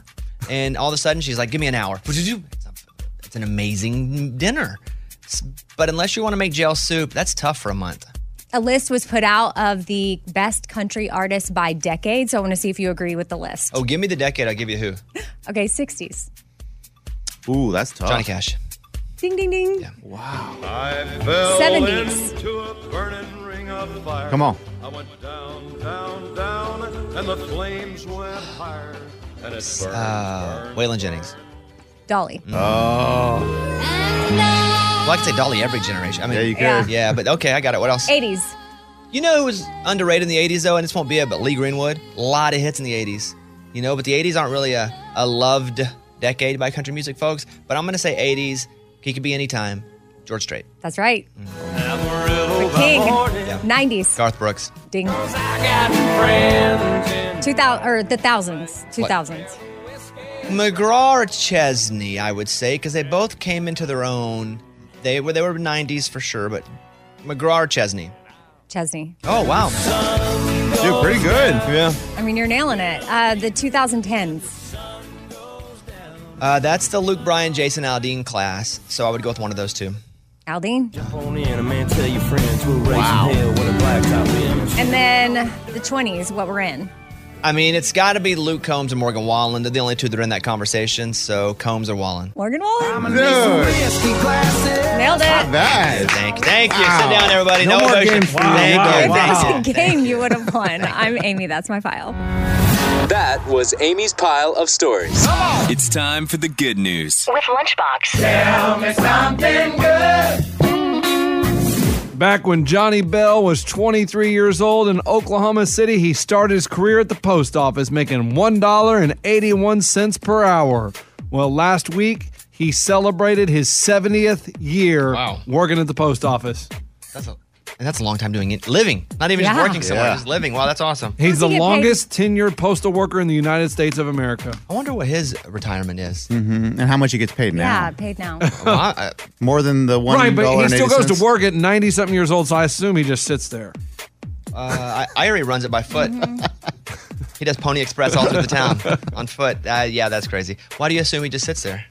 Speaker 1: And all of a sudden, she's like, give me an hour. It's an amazing dinner. S- But unless you want to make jail soup, that's tough for a month.
Speaker 8: A list was put out of the best country artists by decade. So I want to see if you agree with the list.
Speaker 1: Oh, give me the decade. I'll give you who.
Speaker 8: Okay, 60s.
Speaker 1: Ooh, that's tough. Johnny Cash.
Speaker 8: Ding, ding, ding.
Speaker 1: Wow.
Speaker 2: I fell
Speaker 8: 70s.
Speaker 2: into a burning ring of fire.
Speaker 5: Come on.
Speaker 2: I went down, down, down, and the flames went higher. And it burned,
Speaker 1: Uh, Waylon Jennings.
Speaker 8: Dolly.
Speaker 1: Mm. Oh. Well, I could say Dolly every generation. I mean, yeah, you
Speaker 8: could. Yeah.
Speaker 1: Yeah, but okay, I got it. What else?
Speaker 8: 80s.
Speaker 1: You know who was underrated in the 80s, though, and this won't be it, but Lee Greenwood. A lot of hits in the 80s. You know, but the 80s aren't really a, a loved decade by country music folks. But I'm going to say 80s. He could be any time. George Strait.
Speaker 8: That's right.
Speaker 2: Amarillo
Speaker 8: The king.
Speaker 2: by morning.
Speaker 8: 90s.
Speaker 1: Garth Brooks.
Speaker 8: Ding. 2000 or the thousands. 2000s.
Speaker 1: McGraw or Chesney, I would say, because they both came into their own. They were they were 90s for sure, but McGraw or Chesney.
Speaker 8: Chesney.
Speaker 1: Oh wow, dude, pretty good. Yeah.
Speaker 8: I mean, you're nailing it. Uh, the 2010s.
Speaker 1: Uh, that's the Luke Bryan, Jason Aldean class. So I would go with one of those two.
Speaker 8: Aldine.
Speaker 10: And a man tell your friends we'll raise wow. hell with a blacktop image.
Speaker 8: And then the 20s, what we're in.
Speaker 1: I mean, it's got to be Luke Combs and Morgan Wallen. They're the only two that are in that conversation. So Combs or Wallen.
Speaker 8: Morgan Wallen?
Speaker 10: Nailed
Speaker 8: it.
Speaker 1: bad. Thank you. Thank you. Sit
Speaker 8: Wow.
Speaker 1: down, everybody.
Speaker 8: No
Speaker 1: No,
Speaker 8: more
Speaker 1: emotion.
Speaker 10: games for you.
Speaker 1: Thank
Speaker 10: Wow,
Speaker 1: you.
Speaker 10: wow.
Speaker 1: Thank you.
Speaker 8: If there's a game, you would have won. I'm Amy. That's my file.
Speaker 11: That was Amy's pile of stories. It's time for the good news.
Speaker 12: With Lunchbox.
Speaker 11: Tell me something
Speaker 12: good.
Speaker 6: Back when Johnny Bell was 23 years old in Oklahoma City, he started his career at the post office making $1.81 per hour. Well, last week, he celebrated his 70th year working at the post office.
Speaker 1: That's a, and that's a long time doing it. Living. Not even
Speaker 6: Yeah.
Speaker 1: just working somewhere,
Speaker 6: Yeah.
Speaker 1: just living. Wow, that's awesome.
Speaker 6: He's the longest tenured postal worker in the United States of America.
Speaker 1: I wonder what his retirement is.
Speaker 5: Mm-hmm. And how much he gets paid now?
Speaker 8: Yeah, paid now.
Speaker 5: More than the one.
Speaker 6: right, but he
Speaker 5: and
Speaker 6: still
Speaker 5: 80
Speaker 6: goes
Speaker 5: cents?
Speaker 6: to work at 90 something years old, so I assume he just sits there.
Speaker 1: Uh, I, Irie runs it by foot. he does Pony Express all through the town on foot. Uh, yeah, that's crazy. Why do you assume he just sits there?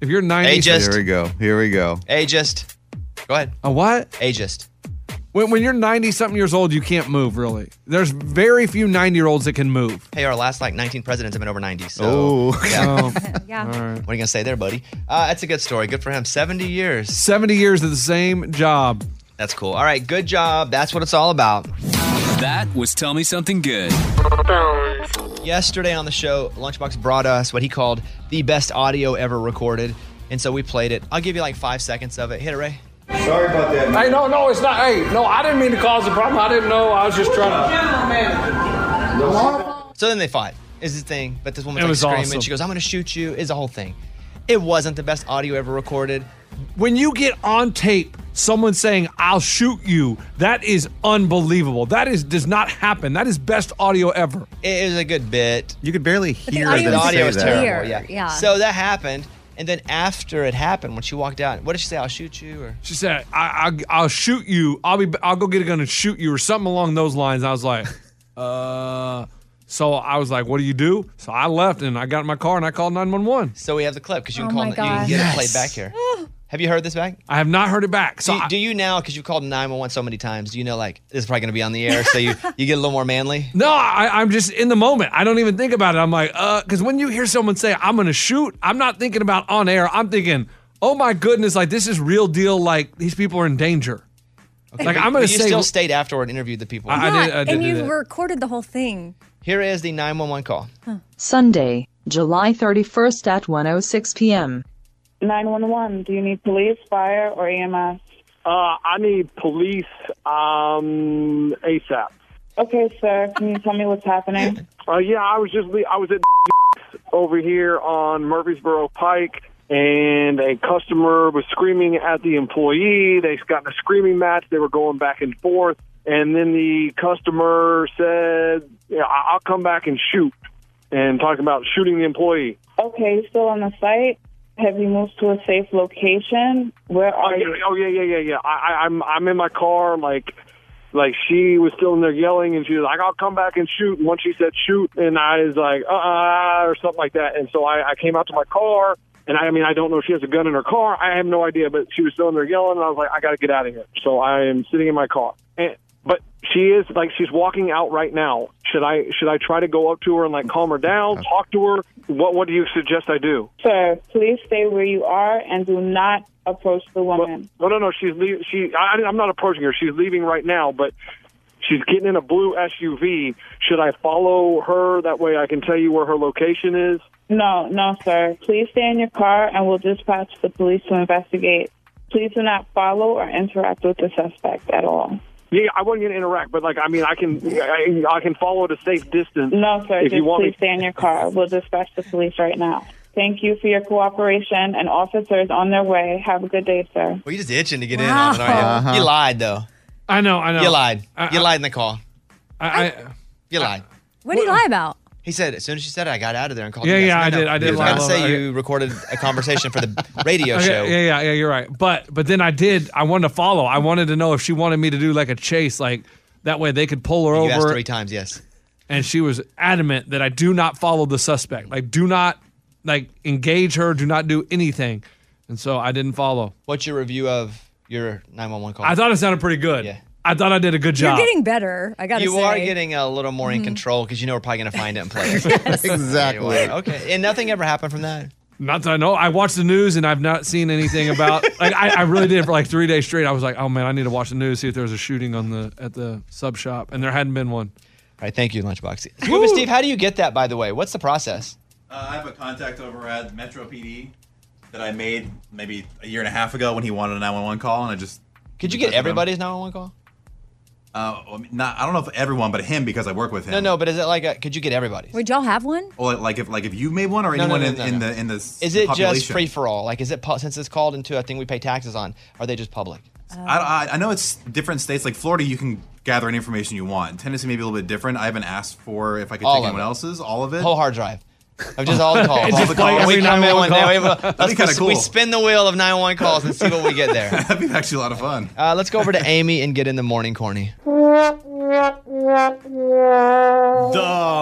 Speaker 6: If you're 90,
Speaker 1: Ageist.
Speaker 5: Here we go. Here we go.
Speaker 1: Ageist. Go ahead.
Speaker 6: A what?
Speaker 1: Ageist.
Speaker 6: When, when you're 90 something years old, you can't move really. There's very few 90 year olds that can move.
Speaker 1: Hey, our last like 19 presidents have been over 90. So,
Speaker 6: Oh.
Speaker 1: yeah.
Speaker 8: yeah.
Speaker 1: What are you gonna say there, buddy? Uh, that's a good story. Good for him. 70 years.
Speaker 6: 70 years of the same job.
Speaker 1: That's cool. All right, good job. That's what it's all about.
Speaker 11: That was Tell Me Something Good.
Speaker 1: Yesterday on the show, Lunchbox brought us what he called the best audio ever recorded, and so we played it. I'll give you like five seconds of it. Hit it, Ray.
Speaker 16: Sorry about that. Hey, no, no, it's not. Hey, no, I didn't mean to cause a problem. I didn't know. I was just trying to.
Speaker 1: So then they fought. Is the thing, but this woman
Speaker 6: It
Speaker 1: like
Speaker 6: was
Speaker 1: screaming.
Speaker 6: awesome.
Speaker 1: She goes, "I'm gonna shoot you." Is the whole thing. It wasn't the best audio ever recorded.
Speaker 6: When you get on tape, someone saying, I'll shoot you, that is unbelievable. That is does not happen. That is best audio ever.
Speaker 1: It was a good bit.
Speaker 5: You could barely
Speaker 1: But
Speaker 6: hear
Speaker 1: the audio was terrible.
Speaker 6: Clear,
Speaker 1: Yeah.
Speaker 6: yeah.
Speaker 1: So that happened, and then after it happened, when she walked out, what did she say? I'll shoot you, or
Speaker 6: She said, I, I, I'll shoot you. I'll be. I'll go get a gun and shoot you, or something along those lines. I was like, uh. So I was like, what do you do? So I left and I got in my car and I called 911.
Speaker 1: So we have the clip because you can
Speaker 6: Oh
Speaker 1: call.
Speaker 6: my
Speaker 1: them- You can
Speaker 6: gosh.
Speaker 1: get
Speaker 6: Yes.
Speaker 1: it played back here. Have you heard this back?
Speaker 6: I have not heard it back. So
Speaker 1: do, do you now, because you've called 911 so many times, do you know, like, this is probably going to be on the air, so you, you get a little more manly?
Speaker 6: No, I, I'm just in the moment. I don't even think about it. I'm like, uh, because when you hear someone say, I'm going to shoot, I'm not thinking about on air. I'm thinking, oh my goodness, like this is real deal. Like these people are in danger. Like
Speaker 1: But-
Speaker 6: I'm going
Speaker 1: but
Speaker 6: to
Speaker 1: you
Speaker 6: say,
Speaker 1: still stayed afterward and interviewed the people.
Speaker 6: I- I did-
Speaker 8: and you recorded the whole thing.
Speaker 1: Here is the 911 call.
Speaker 2: oh
Speaker 17: Sunday, July 31st at 1:06 p.m.
Speaker 12: 911, do you need police, fire, or E EMS?
Speaker 18: Uh, I need police um, ASAP.
Speaker 12: Okay, sir. Can you tell me what's happening?
Speaker 18: Uh, yeah, I was just le- I was at over here on Murfreesboro Pike, and a customer was screaming at the employee. They got in a screaming match. They were going back and forth, and then the customer said, yeah, I- "I'll come back and shoot," and talking about shooting the employee.
Speaker 12: Okay, you still on the site? Have you moved to a safe location? Where
Speaker 18: Oh
Speaker 12: are
Speaker 18: yeah,
Speaker 12: you?
Speaker 18: oh yeah, yeah, yeah, yeah. I, I, I'm I'm in my car, like like she was still in there yelling, and she was like, "I'll come back and shoot." And once she said shoot, and I was like, "Uh, uh," or something like that. And so I, I came out to my car, and I, I mean, I don't know if she has a gun in her car. I have no idea, but she was still in there yelling, and I was like, "I got to get out of here." So I am sitting in my car, and but she is like she's walking out right now. Should I should I try to go up to her and like calm her down, talk to her? What what do you suggest I do?
Speaker 12: Sir, please stay where you are and do not approach the woman.
Speaker 18: No, no, no. She's leaving. She. I, I'm not approaching her. She's leaving right now, but she's getting in a blue SUV. Should I follow her? That way, I can tell you where her location is.
Speaker 12: No, no, sir. Please stay in your car and we'll dispatch the police to investigate. Please do not follow or interact with the suspect at all.
Speaker 18: Yeah, I wasn't gonna interact, but like, I mean, I can, I, I can follow at a safe distance.
Speaker 12: No, sir.
Speaker 18: If
Speaker 12: just
Speaker 18: you want
Speaker 12: please
Speaker 18: me,
Speaker 12: stay in your car. We'll dispatch the police right now. Thank you for your cooperation. An officer is on their way. Have a good day, sir.
Speaker 1: Well, you just itching to get in on it, aren't you? You lied, though.
Speaker 6: I know, I know.
Speaker 1: You lied. you lied in the call.
Speaker 6: I,
Speaker 1: you lied.
Speaker 8: What did he lie about?
Speaker 1: He said, as soon as she said it, I got out of there and called
Speaker 6: Yeah,
Speaker 1: Oh, you guys.
Speaker 6: yeah,
Speaker 1: No,
Speaker 6: I
Speaker 1: no,
Speaker 6: did- I did
Speaker 1: You
Speaker 6: lie a
Speaker 1: not
Speaker 6: little
Speaker 1: say
Speaker 6: bit.
Speaker 1: you recorded a conversation for the radio
Speaker 6: Okay,
Speaker 1: show.
Speaker 6: Yeah, yeah, yeah. You're right. But but then I did. I wanted to follow. I wanted to know if she wanted me to do like a chase, like that way they could pull her
Speaker 1: You asked
Speaker 6: over
Speaker 1: three times, yes.
Speaker 6: And she was adamant that I do not follow the suspect. Like do not like engage her. Do not do anything. And so I didn't follow.
Speaker 1: What's your review of your 911 call?
Speaker 6: I thought it sounded pretty good. Yeah. I thought I did a good
Speaker 8: You're
Speaker 6: job.
Speaker 8: getting Mm-hmm. better. I gotta
Speaker 1: you
Speaker 8: say.
Speaker 1: are getting a little more in control because you know we're probably going to find it and play it.
Speaker 6: Exactly.
Speaker 1: Anyway, okay. And nothing ever happened from that.
Speaker 6: Not that I know. I watched the news and I've not seen anything about. like I, I really did for like three days straight. I was like, oh man, I need to watch the news see if there was a shooting on the at the sub shop, and there hadn't been one.
Speaker 1: All right, thank you, Lunchbox. Scuba Steve, how do you get that, by the way? What's the process?
Speaker 17: Uh, I have a contact over at Metro PD that I made maybe a year and a half ago when he wanted a 911 call, and I just
Speaker 1: Could you get everybody's 911 call?
Speaker 17: Uh, I mean, not I don't know if everyone, but him because I work with him.
Speaker 1: No, no, but is it like a, could you get everybody?
Speaker 8: Would y'all have one?
Speaker 17: Or like if like if you made one or
Speaker 1: No, no,
Speaker 17: anyone
Speaker 1: no,
Speaker 17: in,
Speaker 1: no,
Speaker 17: in
Speaker 1: no.
Speaker 17: the in the
Speaker 1: Is it just
Speaker 17: population.
Speaker 1: free for all? Like, is it pu- since it's called into a thing we pay taxes on? Are they just public? Oh.
Speaker 17: I, I, I know it's different states. Like Florida, you can gather any information you want. Tennessee may be a little bit different. I haven't asked for if I could
Speaker 1: All
Speaker 17: take
Speaker 1: of
Speaker 17: anyone
Speaker 1: it.
Speaker 17: else's. All of it.
Speaker 1: Whole hard drive. Of just all the calls.
Speaker 17: It's
Speaker 1: all
Speaker 17: just
Speaker 1: the
Speaker 17: like
Speaker 1: calls.
Speaker 17: every
Speaker 1: We come in
Speaker 17: 911
Speaker 1: one day.
Speaker 17: call.
Speaker 1: We, have a-
Speaker 17: That'd be
Speaker 1: let's-
Speaker 17: kinda
Speaker 1: let's- we
Speaker 17: cool.
Speaker 1: spin the wheel of 911 calls and see what we get there. That'd
Speaker 17: be actually a lot of fun.
Speaker 1: Uh, let's go over to Amy and get in the morning corny.
Speaker 17: The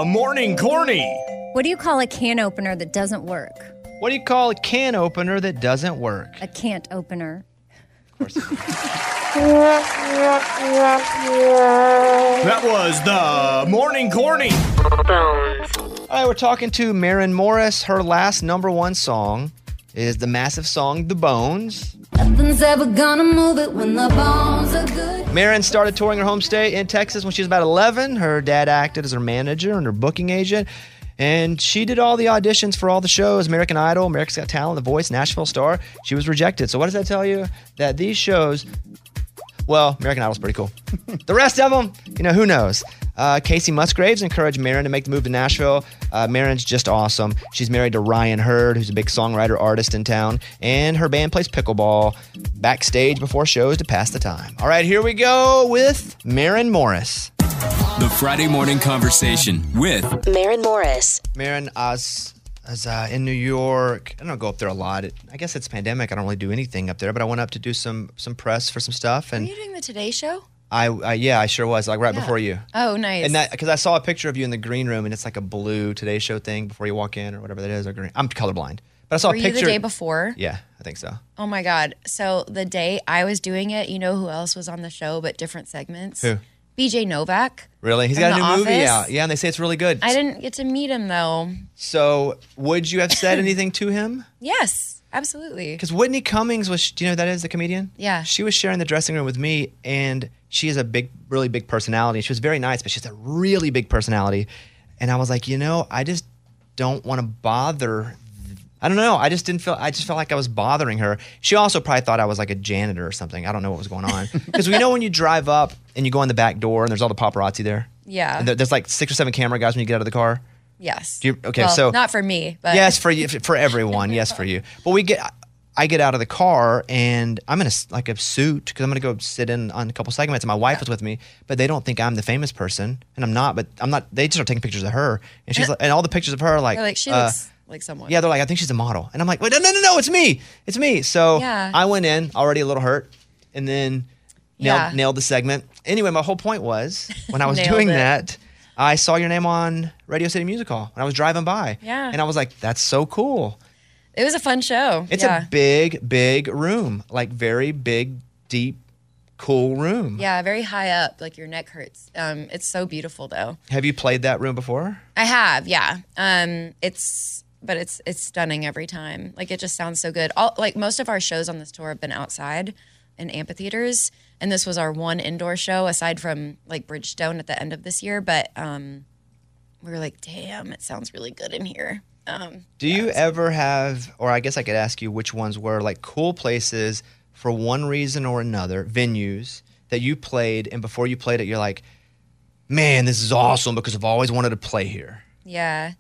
Speaker 1: morning corny.
Speaker 8: What do you call a can opener that doesn't work?
Speaker 1: What do you call a can opener that doesn't work?
Speaker 8: A can't opener.
Speaker 1: That was the uh, morning corny. All right, we're talking to Marin Morris. Her last number one song is the massive song "The Bones."
Speaker 19: Nothing's ever gonna move it when the bones are good.
Speaker 1: Marin started touring her home state in Texas when she was about 11. Her dad acted as her manager and her booking agent. And she did all the auditions for all the shows American Idol, America's Got Talent, The Voice, Nashville Star. She was rejected. So, what does that tell you? That these shows, well, American Idol's pretty cool. the rest of them, you know, who knows? Uh, Casey Musgraves encouraged Marin to make the move to Nashville. Uh, Marin's just awesome. She's married to Ryan Hurd, who's a big songwriter artist in town, and her band plays pickleball backstage before shows to pass the time. All right, here we go with Marin Morris.
Speaker 11: The Friday morning conversation with
Speaker 1: Marin Morris. Marin, I was, I was, uh, in New York. I don't go up there a lot. It- I guess it's pandemic. I don't really do anything up there, but I went up to do some some press for some stuff. And
Speaker 20: Are you doing the Today Show?
Speaker 1: I, I yeah, I sure was like right
Speaker 20: Yeah.
Speaker 1: before you.
Speaker 20: Oh, nice.
Speaker 1: And that because I saw a picture of you in the green room, and it's like a blue Today Show thing before you walk in or whatever that is. Or green. I'm colorblind, but I saw
Speaker 20: Were
Speaker 1: a
Speaker 20: you
Speaker 1: picture
Speaker 20: the day before?
Speaker 1: Yeah, I think so.
Speaker 20: Oh my God. So the day I was doing it, you know who else was on the show but different segments?
Speaker 1: Who?
Speaker 20: BJ Novak.
Speaker 1: Really? He's
Speaker 20: From
Speaker 1: got a new
Speaker 20: The
Speaker 1: movie
Speaker 20: Office?
Speaker 1: out. Yeah, and they say it's really good.
Speaker 20: I didn't get to meet him though.
Speaker 1: So, would you have said anything to him?
Speaker 20: Yes, absolutely.
Speaker 1: Because Whitney Cummings was, do you know who that is, the comedian?
Speaker 20: Yeah.
Speaker 1: She was sharing the dressing room with me, and she is a big, really big personality. She was very nice, but she's a really big personality. And I was like, you know, I just don't want to bother I don't know. I just didn't feel. I just felt like I was bothering her. She also probably thought I was like a janitor or something. I don't know what was going on because we know when you drive up and you go in the back door and there's all the paparazzi there.
Speaker 20: Yeah.
Speaker 1: And there- there's like six or seven camera guys when you get out of the car.
Speaker 20: Uh. yes.
Speaker 1: Do you, okay,
Speaker 20: Well,
Speaker 1: so
Speaker 20: not for me, but
Speaker 1: yes, for you, for everyone, yes, for you. But we get, I get out of the car and I'm in a s- like a suit because I'm gonna go sit in on a couple segments. And my wife is with me, but they don't think I'm the famous person, and I'm not. But I'm not. They just are taking pictures of her, and she's like, and all the pictures of her are like,
Speaker 20: Uh-huh. They're like she
Speaker 1: uh,
Speaker 20: looks like someone.
Speaker 1: yeah, they're like, I think she's a model, and I'm like, wait, no, no, no, no, it's me, it's me. So
Speaker 20: Yeah.
Speaker 1: I went in already a little hurt, and then nailed
Speaker 20: Yeah.
Speaker 1: nailed the segment. Anyway, my whole point was when I was
Speaker 20: Nailed
Speaker 1: doing
Speaker 20: it.
Speaker 1: that, I saw your name on Radio City Music Hall when I was driving by.
Speaker 20: Yeah.
Speaker 1: And I was like, that's so cool.
Speaker 20: It was a fun show.
Speaker 1: It's
Speaker 20: yeah.
Speaker 1: a big, big room, like very big, deep, cool room.
Speaker 20: yeah, very high up, like your neck hurts. Um, it's so beautiful though.
Speaker 1: Have you played that room before?
Speaker 20: I have, yeah. Um, it's but it's it's stunning every time. Like it just sounds so good. All like most of our shows on this tour have been outside in amphitheaters, and this was our one indoor show aside from like Bridgestone at the end of this year. But um, we were like, damn, it sounds really good in here. Um,
Speaker 1: Do you ever have, or I guess I could ask you which ones were like cool places for one reason or another, venues that you played, and before you played it, you're like, man, this is awesome because I've always wanted to play here.
Speaker 20: Yeah.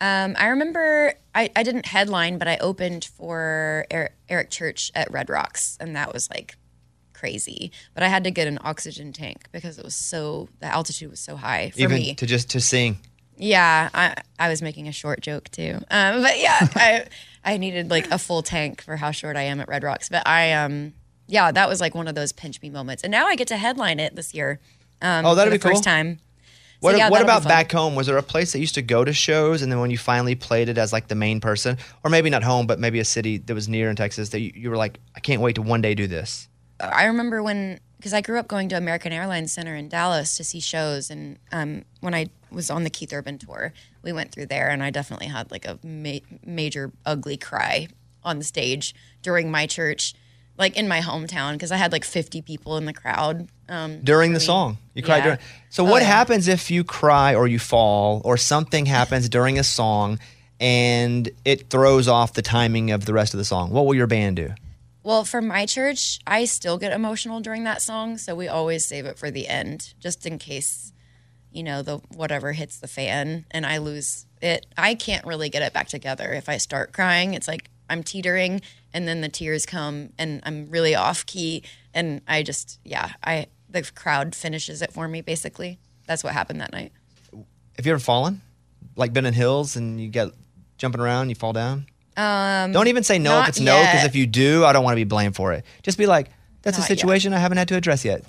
Speaker 20: Um, I remember I, I didn't headline, but I opened for Eric, Eric Church at Red Rocks, and that was like crazy. But I had to get an oxygen tank because it was so the altitude was so high for
Speaker 1: Even
Speaker 20: me.
Speaker 1: to just to sing.
Speaker 20: yeah, I I was making a short joke too, um, but yeah, I I needed like a full tank for how short I am at Red Rocks. But I um yeah, that was like one of those pinch me moments, and now I get to headline it this year. Um,
Speaker 1: Oh, that'd
Speaker 20: for the
Speaker 1: be cool.
Speaker 20: first time. So,
Speaker 1: What,
Speaker 20: yeah,
Speaker 1: what
Speaker 20: that'll be
Speaker 1: about
Speaker 20: fun.
Speaker 1: back home? Was there a place that used to go to shows and then when you finally played it as like the main person, or maybe not home, but maybe a city that was near in Texas that you, you were like, I can't wait to one day do this?
Speaker 20: I remember when because I grew up going to American Airlines Center in Dallas to see shows, and um, when I was on the Keith Urban tour, we went through there, and I definitely had like a ma- major ugly cry on the stage during my church, like in my hometown, because I had like 50 people in the crowd. Um,
Speaker 1: During the song, you cried
Speaker 20: Yeah.
Speaker 1: during. So
Speaker 20: Oh,
Speaker 1: what
Speaker 20: yeah.
Speaker 1: happens if you cry or you fall or something happens during a song and it throws off the timing of the rest of the song? What will your band do?
Speaker 20: Well, for my church, I still get emotional during that song, so we always save it for the end, just in case, you know, the whatever hits the fan and I lose it. I can't really get it back together if I start crying. It's like I'm teetering, and then the tears come, and I'm really off key, and I just, yeah, I the crowd finishes it for me. Basically, that's what happened that night.
Speaker 1: Have you ever fallen? Like been in hills and you get jumping around, you fall down?
Speaker 20: Um,
Speaker 1: Don't even say no if
Speaker 20: not
Speaker 1: it's no, because
Speaker 20: yet.
Speaker 1: if you do, I don't want to be blamed for it. Just be like, that's a
Speaker 20: Not yet.
Speaker 1: situation I haven't had to address yet.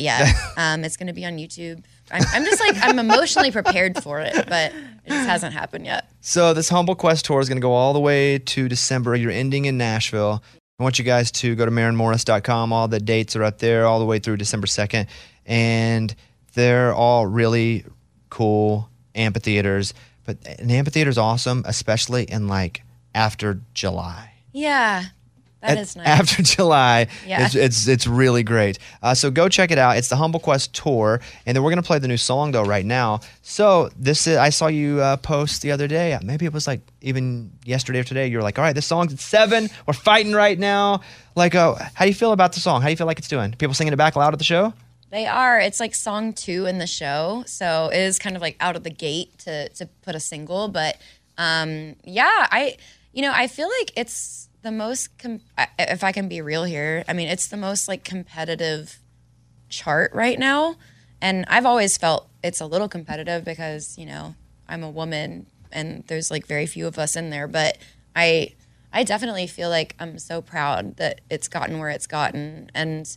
Speaker 20: yet. um, it's going to be on YouTube. I'm, I'm just like I'm emotionally prepared for it, but it just hasn't happened yet.
Speaker 1: So this Humble Quest tour is going to go all the way to December. You're ending in Nashville. I want you guys to go to marinmorris.com. All the dates are up there all the way through December 2nd. And they're all really cool amphitheaters. But an amphitheater is awesome, especially in like after July.
Speaker 20: Yeah, that
Speaker 1: At-
Speaker 20: is nice.
Speaker 1: After July,
Speaker 20: Yeah.
Speaker 1: it's, it's it's really great. Uh, so go check it out. It's the Humble Quest tour, and then we're gonna play the new song though right now. So this is, I saw you uh, post the other day. Maybe it was like even yesterday or today. You were like, all right, this song's at seven. We're fighting right now. Like, uh, how do you feel about the song? How do you feel like it's doing? People singing it back loud at the show?
Speaker 20: they are. It's like song two in the show, so it is kind of like out of the gate to to put a single. But um, yeah, I you know I feel like it's the most com- I- if I can be real here. I mean, it's the most like competitive chart right now. And I've always felt it's a little competitive because, you know, I'm a woman and there's like very few of us in there, but I I definitely feel like I'm so proud that it's gotten where it's gotten and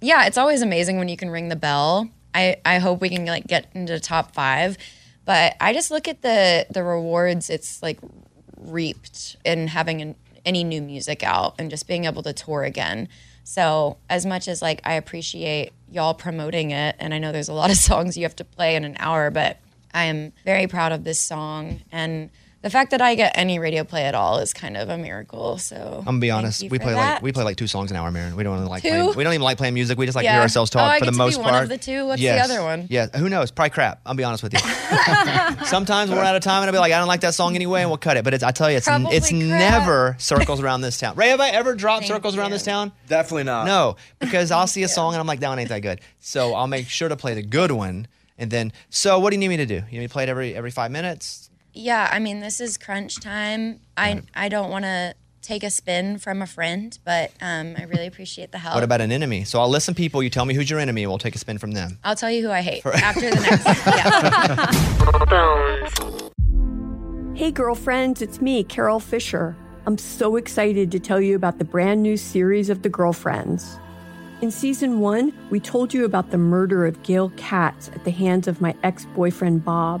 Speaker 20: yeah, it's always amazing when you can ring the bell. I I hope we can like get into top 5, but I just look at the the rewards it's like reaped in having an, any new music out and just being able to tour again. So, as much as like I appreciate y'all promoting it, and I know there's a lot of songs you have to play in an hour, but I am very proud of this song and the fact that I get any radio play at all is kind of a miracle. So
Speaker 1: I'm gonna be honest.
Speaker 20: you
Speaker 1: We
Speaker 20: for
Speaker 1: play
Speaker 20: that.
Speaker 1: like we play like two songs an hour, Marin. We don't really like
Speaker 20: Two?
Speaker 1: playing, we don't even like playing music. We just like to
Speaker 20: Yeah.
Speaker 1: hear ourselves
Speaker 20: Oh,
Speaker 1: talk
Speaker 20: I
Speaker 1: for
Speaker 20: get
Speaker 1: the
Speaker 20: to be
Speaker 1: most
Speaker 20: one
Speaker 1: part.
Speaker 20: of the two? What's the other one?
Speaker 1: Yeah, who knows? Probably crap. I'll be honest with you. Sometimes we're out of time, and I'll be like, I don't like that song anyway, and we'll cut it. But it's, I tell you, it's
Speaker 20: Probably
Speaker 1: it's never circles around this town. Ray, have I ever dropped circles around this town?
Speaker 21: Definitely not.
Speaker 1: No, because I'll see a song and I'm like, that one ain't that good. So I'll make sure to play the good one. And then, so what do you need me to do? You need me to play it every every five minutes?
Speaker 20: yeah, I mean, this is crunch time. I I don't want to take a spin from a friend, but um, I really appreciate the help.
Speaker 1: What about an enemy? So I'll listen people. You tell me who's your enemy, and we'll take a spin from them.
Speaker 20: I'll tell you who I hate
Speaker 1: For-
Speaker 20: after the next. Yeah.
Speaker 14: Hey, girlfriends, it's me, Carol Fisher. I'm so excited to tell you about the brand new series of The Girlfriends. In season one, we told you about the murder of Gail Katz at the hands of my ex boyfriend, Bob.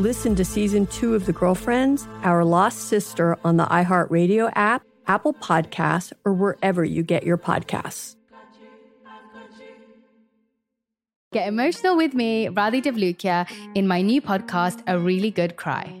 Speaker 14: Listen to season two of The Girlfriends, Our Lost Sister on the iHeartRadio app, Apple Podcasts, or wherever you get your podcasts.
Speaker 15: Get emotional with me, Radhi Devlukia, in my new podcast, A Really Good Cry.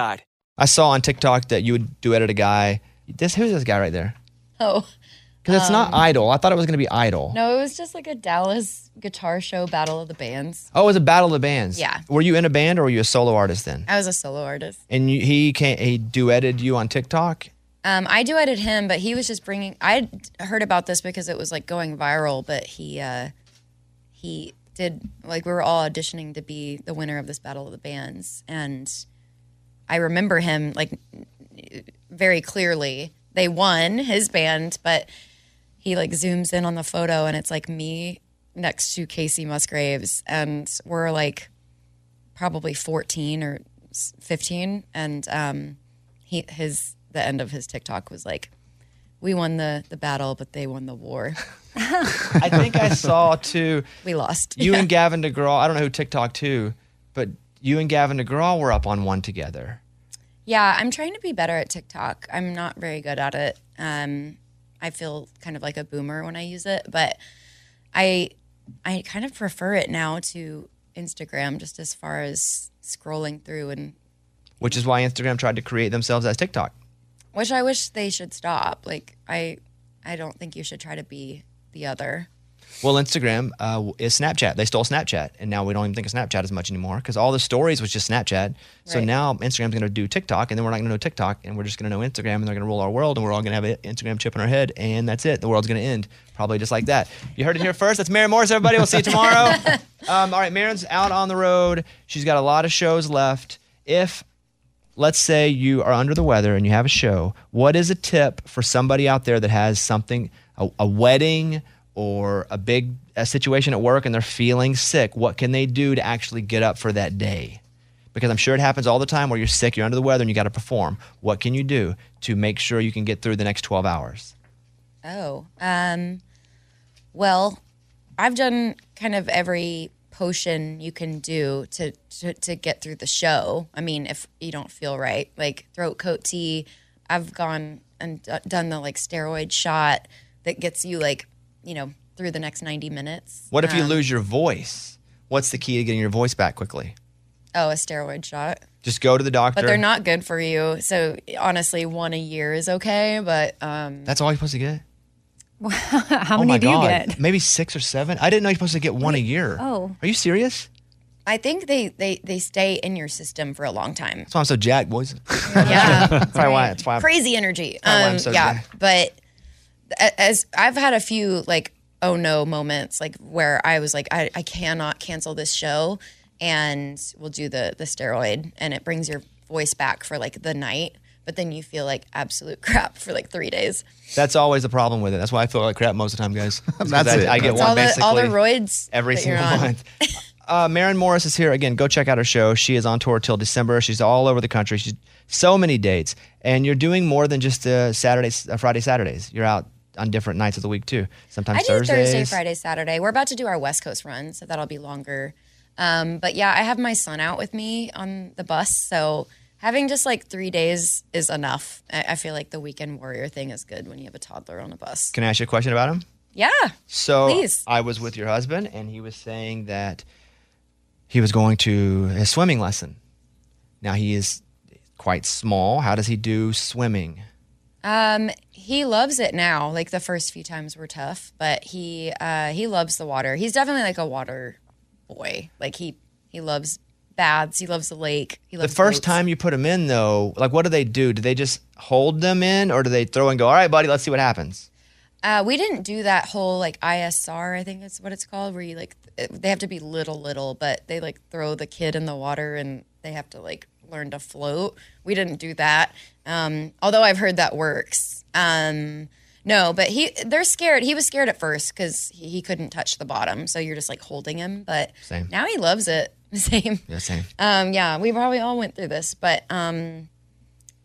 Speaker 1: I saw on TikTok that you would duet at a guy. This who's this guy right there?
Speaker 20: Oh.
Speaker 1: Because it's not
Speaker 20: Um,
Speaker 1: Idol. I thought it was gonna be Idol.
Speaker 20: No, it was just like a Dallas guitar show battle of the bands.
Speaker 1: Oh, it was a battle of the bands.
Speaker 20: Yeah.
Speaker 1: Were you in a band or were you a solo artist then?
Speaker 20: I was a solo artist.
Speaker 1: And you, he came, he duetted you on TikTok.
Speaker 20: Um, I duetted him, but he was just bringing. I heard about this because it was like going viral, but he uh, he did like we were all auditioning to be the winner of this battle of the bands and i remember him like very clearly they won his band but he like zooms in on the photo and it's like me next to casey musgraves and we're like probably 14 or s- 15 and um he his the end of his tiktok was like we won the the battle but they won the war
Speaker 1: I think I saw too.
Speaker 20: we lost
Speaker 1: You
Speaker 20: Yeah.
Speaker 1: and Gavin DeGraw. I don't know who TikTok to, but you and Gavin DeGraw were up on one together.
Speaker 20: Yeah, I'm trying to be better at TikTok. I'm not very good at it. Um, I feel kind of like a boomer when I use it, but I I kind of prefer it now to Instagram just as far as scrolling through and
Speaker 1: Which is why Instagram tried to create themselves as TikTok.
Speaker 20: which I wish they should stop. Like I I don't think you should try to be the other.
Speaker 1: Well, Instagram uh, is Snapchat. They stole Snapchat, and now we don't even think of Snapchat as much anymore because all the stories was just Snapchat. So
Speaker 20: Right.
Speaker 1: now Instagram's going to do TikTok, and then we're not going to know TikTok, and we're just going to know Instagram, and they're going to rule our world, and we're all going to have an Instagram chip in our head, and that's it. The world's going to end probably just like that. You heard it here first. That's Mary Morris, everybody. We'll see you tomorrow. um, all right, Marin's out on the road. She's got a lot of shows left. If let's say you are under the weather and you have a show, what is a tip for somebody out there that has something, a, a wedding or a big a situation at work and they're feeling sick? What can they do to actually get up for that day? Because I'm sure it happens all the time where you're sick, you're under the weather, and you got to perform. What can you do to make sure you can get through the next 12 hours?
Speaker 20: Oh, um, well, I've done kind of every potion you can do to, to to get through the show. I mean, if you don't feel right, like throat coat tea, I've gone and d- done the like steroid shot that gets you like you know through the next ninety minutes.
Speaker 1: What if you
Speaker 20: Um,
Speaker 1: lose your voice? What's the key to getting your voice back quickly?
Speaker 20: Oh, a steroid shot.
Speaker 1: Just go to the doctor.
Speaker 20: But they're not good for you. So honestly, one a year is okay. But um,
Speaker 1: That's all you're supposed to get?
Speaker 20: how
Speaker 1: oh my God. Maybe six or seven. I didn't know you're supposed to get one a year.
Speaker 20: Oh.
Speaker 1: Are you serious?
Speaker 20: I think they, they they stay in your system for a long time.
Speaker 1: That's why I'm so jacked, boys. Yeah, that's probably why. That's why. I'm,
Speaker 20: Crazy energy.
Speaker 1: Oh, I'm
Speaker 20: Um,
Speaker 1: so
Speaker 20: yeah,
Speaker 1: sorry.
Speaker 20: but a- as I've had a few like oh no moments like where I was like I, I cannot cancel this show and we'll do the the steroid and it brings your voice back for like the night but then you feel like absolute crap for like three days.
Speaker 1: That's always the problem with it. That's why I feel like crap most of the time, guys. It's 'cause I, I get
Speaker 20: It's
Speaker 1: one
Speaker 20: all the,
Speaker 1: basically
Speaker 20: all the roids
Speaker 1: every
Speaker 20: that you're
Speaker 1: single
Speaker 20: on.
Speaker 1: month. Uh, Marin Morris is here again. Go check out her show. She is on tour till December. She's all over the country. She's so many dates, and you're doing more than just uh, Saturdays, uh, Friday, Saturdays. You're out on different nights of the week too. Sometimes
Speaker 20: I do
Speaker 1: Thursdays.
Speaker 20: Thursday, Friday, Saturday. We're about to do our West Coast run, so that'll be longer. Um, but yeah, I have my son out with me on the bus, so having just like three days is enough. I, I feel like the weekend warrior thing is good when you have a toddler on a bus.
Speaker 1: Can I ask you a question about him?
Speaker 20: Yeah.
Speaker 1: So
Speaker 20: Please.
Speaker 1: I was with your husband, and he was saying that he was going to his swimming lesson. Now he is quite small. How does he do swimming?
Speaker 20: Um, he loves it now. Like the first few times were tough, but he uh, he loves the water. He's definitely like a water boy. Like he he loves baths. He loves the lake. He
Speaker 1: The
Speaker 20: loves
Speaker 1: first
Speaker 20: boats.
Speaker 1: time you put him in, though, like what do they do? Do they just hold them in, or do they throw and go? All right, buddy, let's see what happens.
Speaker 20: Uh, we didn't do that whole like ISR, I think it's what it's called, where you like th- they have to be little, little, but they like throw the kid in the water and they have to like learn to float. We didn't do that. Um, although I've heard that works. Um, no, but he they're scared. He was scared at first because he, he couldn't touch the bottom, so you're just like holding him. But
Speaker 1: Same.
Speaker 20: now he loves it. Same.
Speaker 1: Yeah, same.
Speaker 20: Um, yeah, we probably all went through this, but um,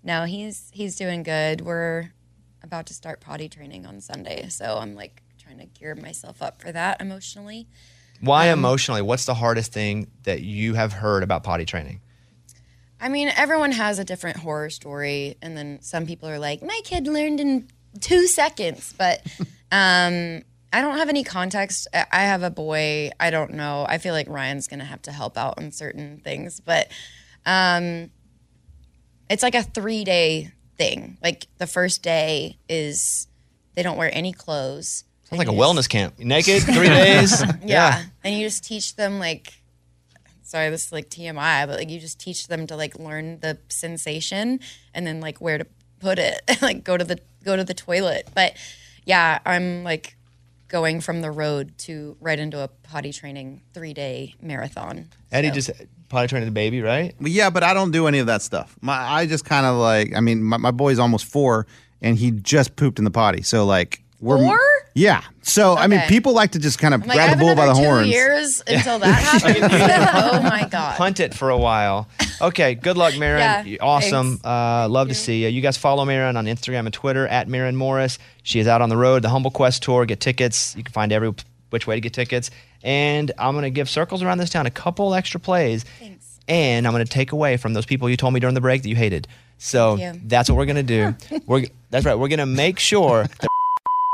Speaker 20: no, he's he's doing good. We're about to start potty training on Sunday, so I'm like trying to gear myself up for that emotionally.
Speaker 1: Why
Speaker 20: Um,
Speaker 1: emotionally? What's the hardest thing that you have heard about potty training?
Speaker 20: I mean, everyone has a different horror story, and then some people are like, "My kid learned in two seconds," but um, I don't have any context. I I have a boy. I don't know. I feel like Ryan's gonna have to help out on certain things, but um, it's like a three day thing. Like the first day is they don't wear any clothes.
Speaker 1: Sounds like a wellness camp. Naked, three days.
Speaker 20: Yeah. And you just teach them like sorry, this is like TMI, but like you just teach them to like learn the sensation and then like where to put it. like go to the go to the toilet. But yeah, I'm like going from the road to right into a potty training three day marathon.
Speaker 1: Eddie just potty trained the baby, right?
Speaker 2: Well, yeah, but I don't do any of that stuff. My, I just kind of like, I mean, my, my boy's almost four and he just pooped in the potty. So, like, we're.
Speaker 20: Four?
Speaker 2: Yeah. So, I mean,
Speaker 20: Okay.
Speaker 2: people like to just kind of
Speaker 20: I'm like, I
Speaker 2: grab the bull
Speaker 20: have
Speaker 2: by the
Speaker 20: another
Speaker 2: horns.
Speaker 20: two years until that happens. oh my god.
Speaker 1: Punt it for a while. Okay, good luck, Marin.
Speaker 20: Yeah,
Speaker 1: You- awesome. Uh, love to see you. You guys follow Marin on Instagram and Twitter at Marin Morris. She is out on the road, the Humble Quest Tour. Get tickets. You can find every which way to get tickets. And I'm going to give circles around this town a couple extra plays. Thanks. And I'm going to take away from those people you told me during the break that you hated. So
Speaker 20: Thank you.
Speaker 1: that's what we're going to do. we're that's right. We're going to make sure that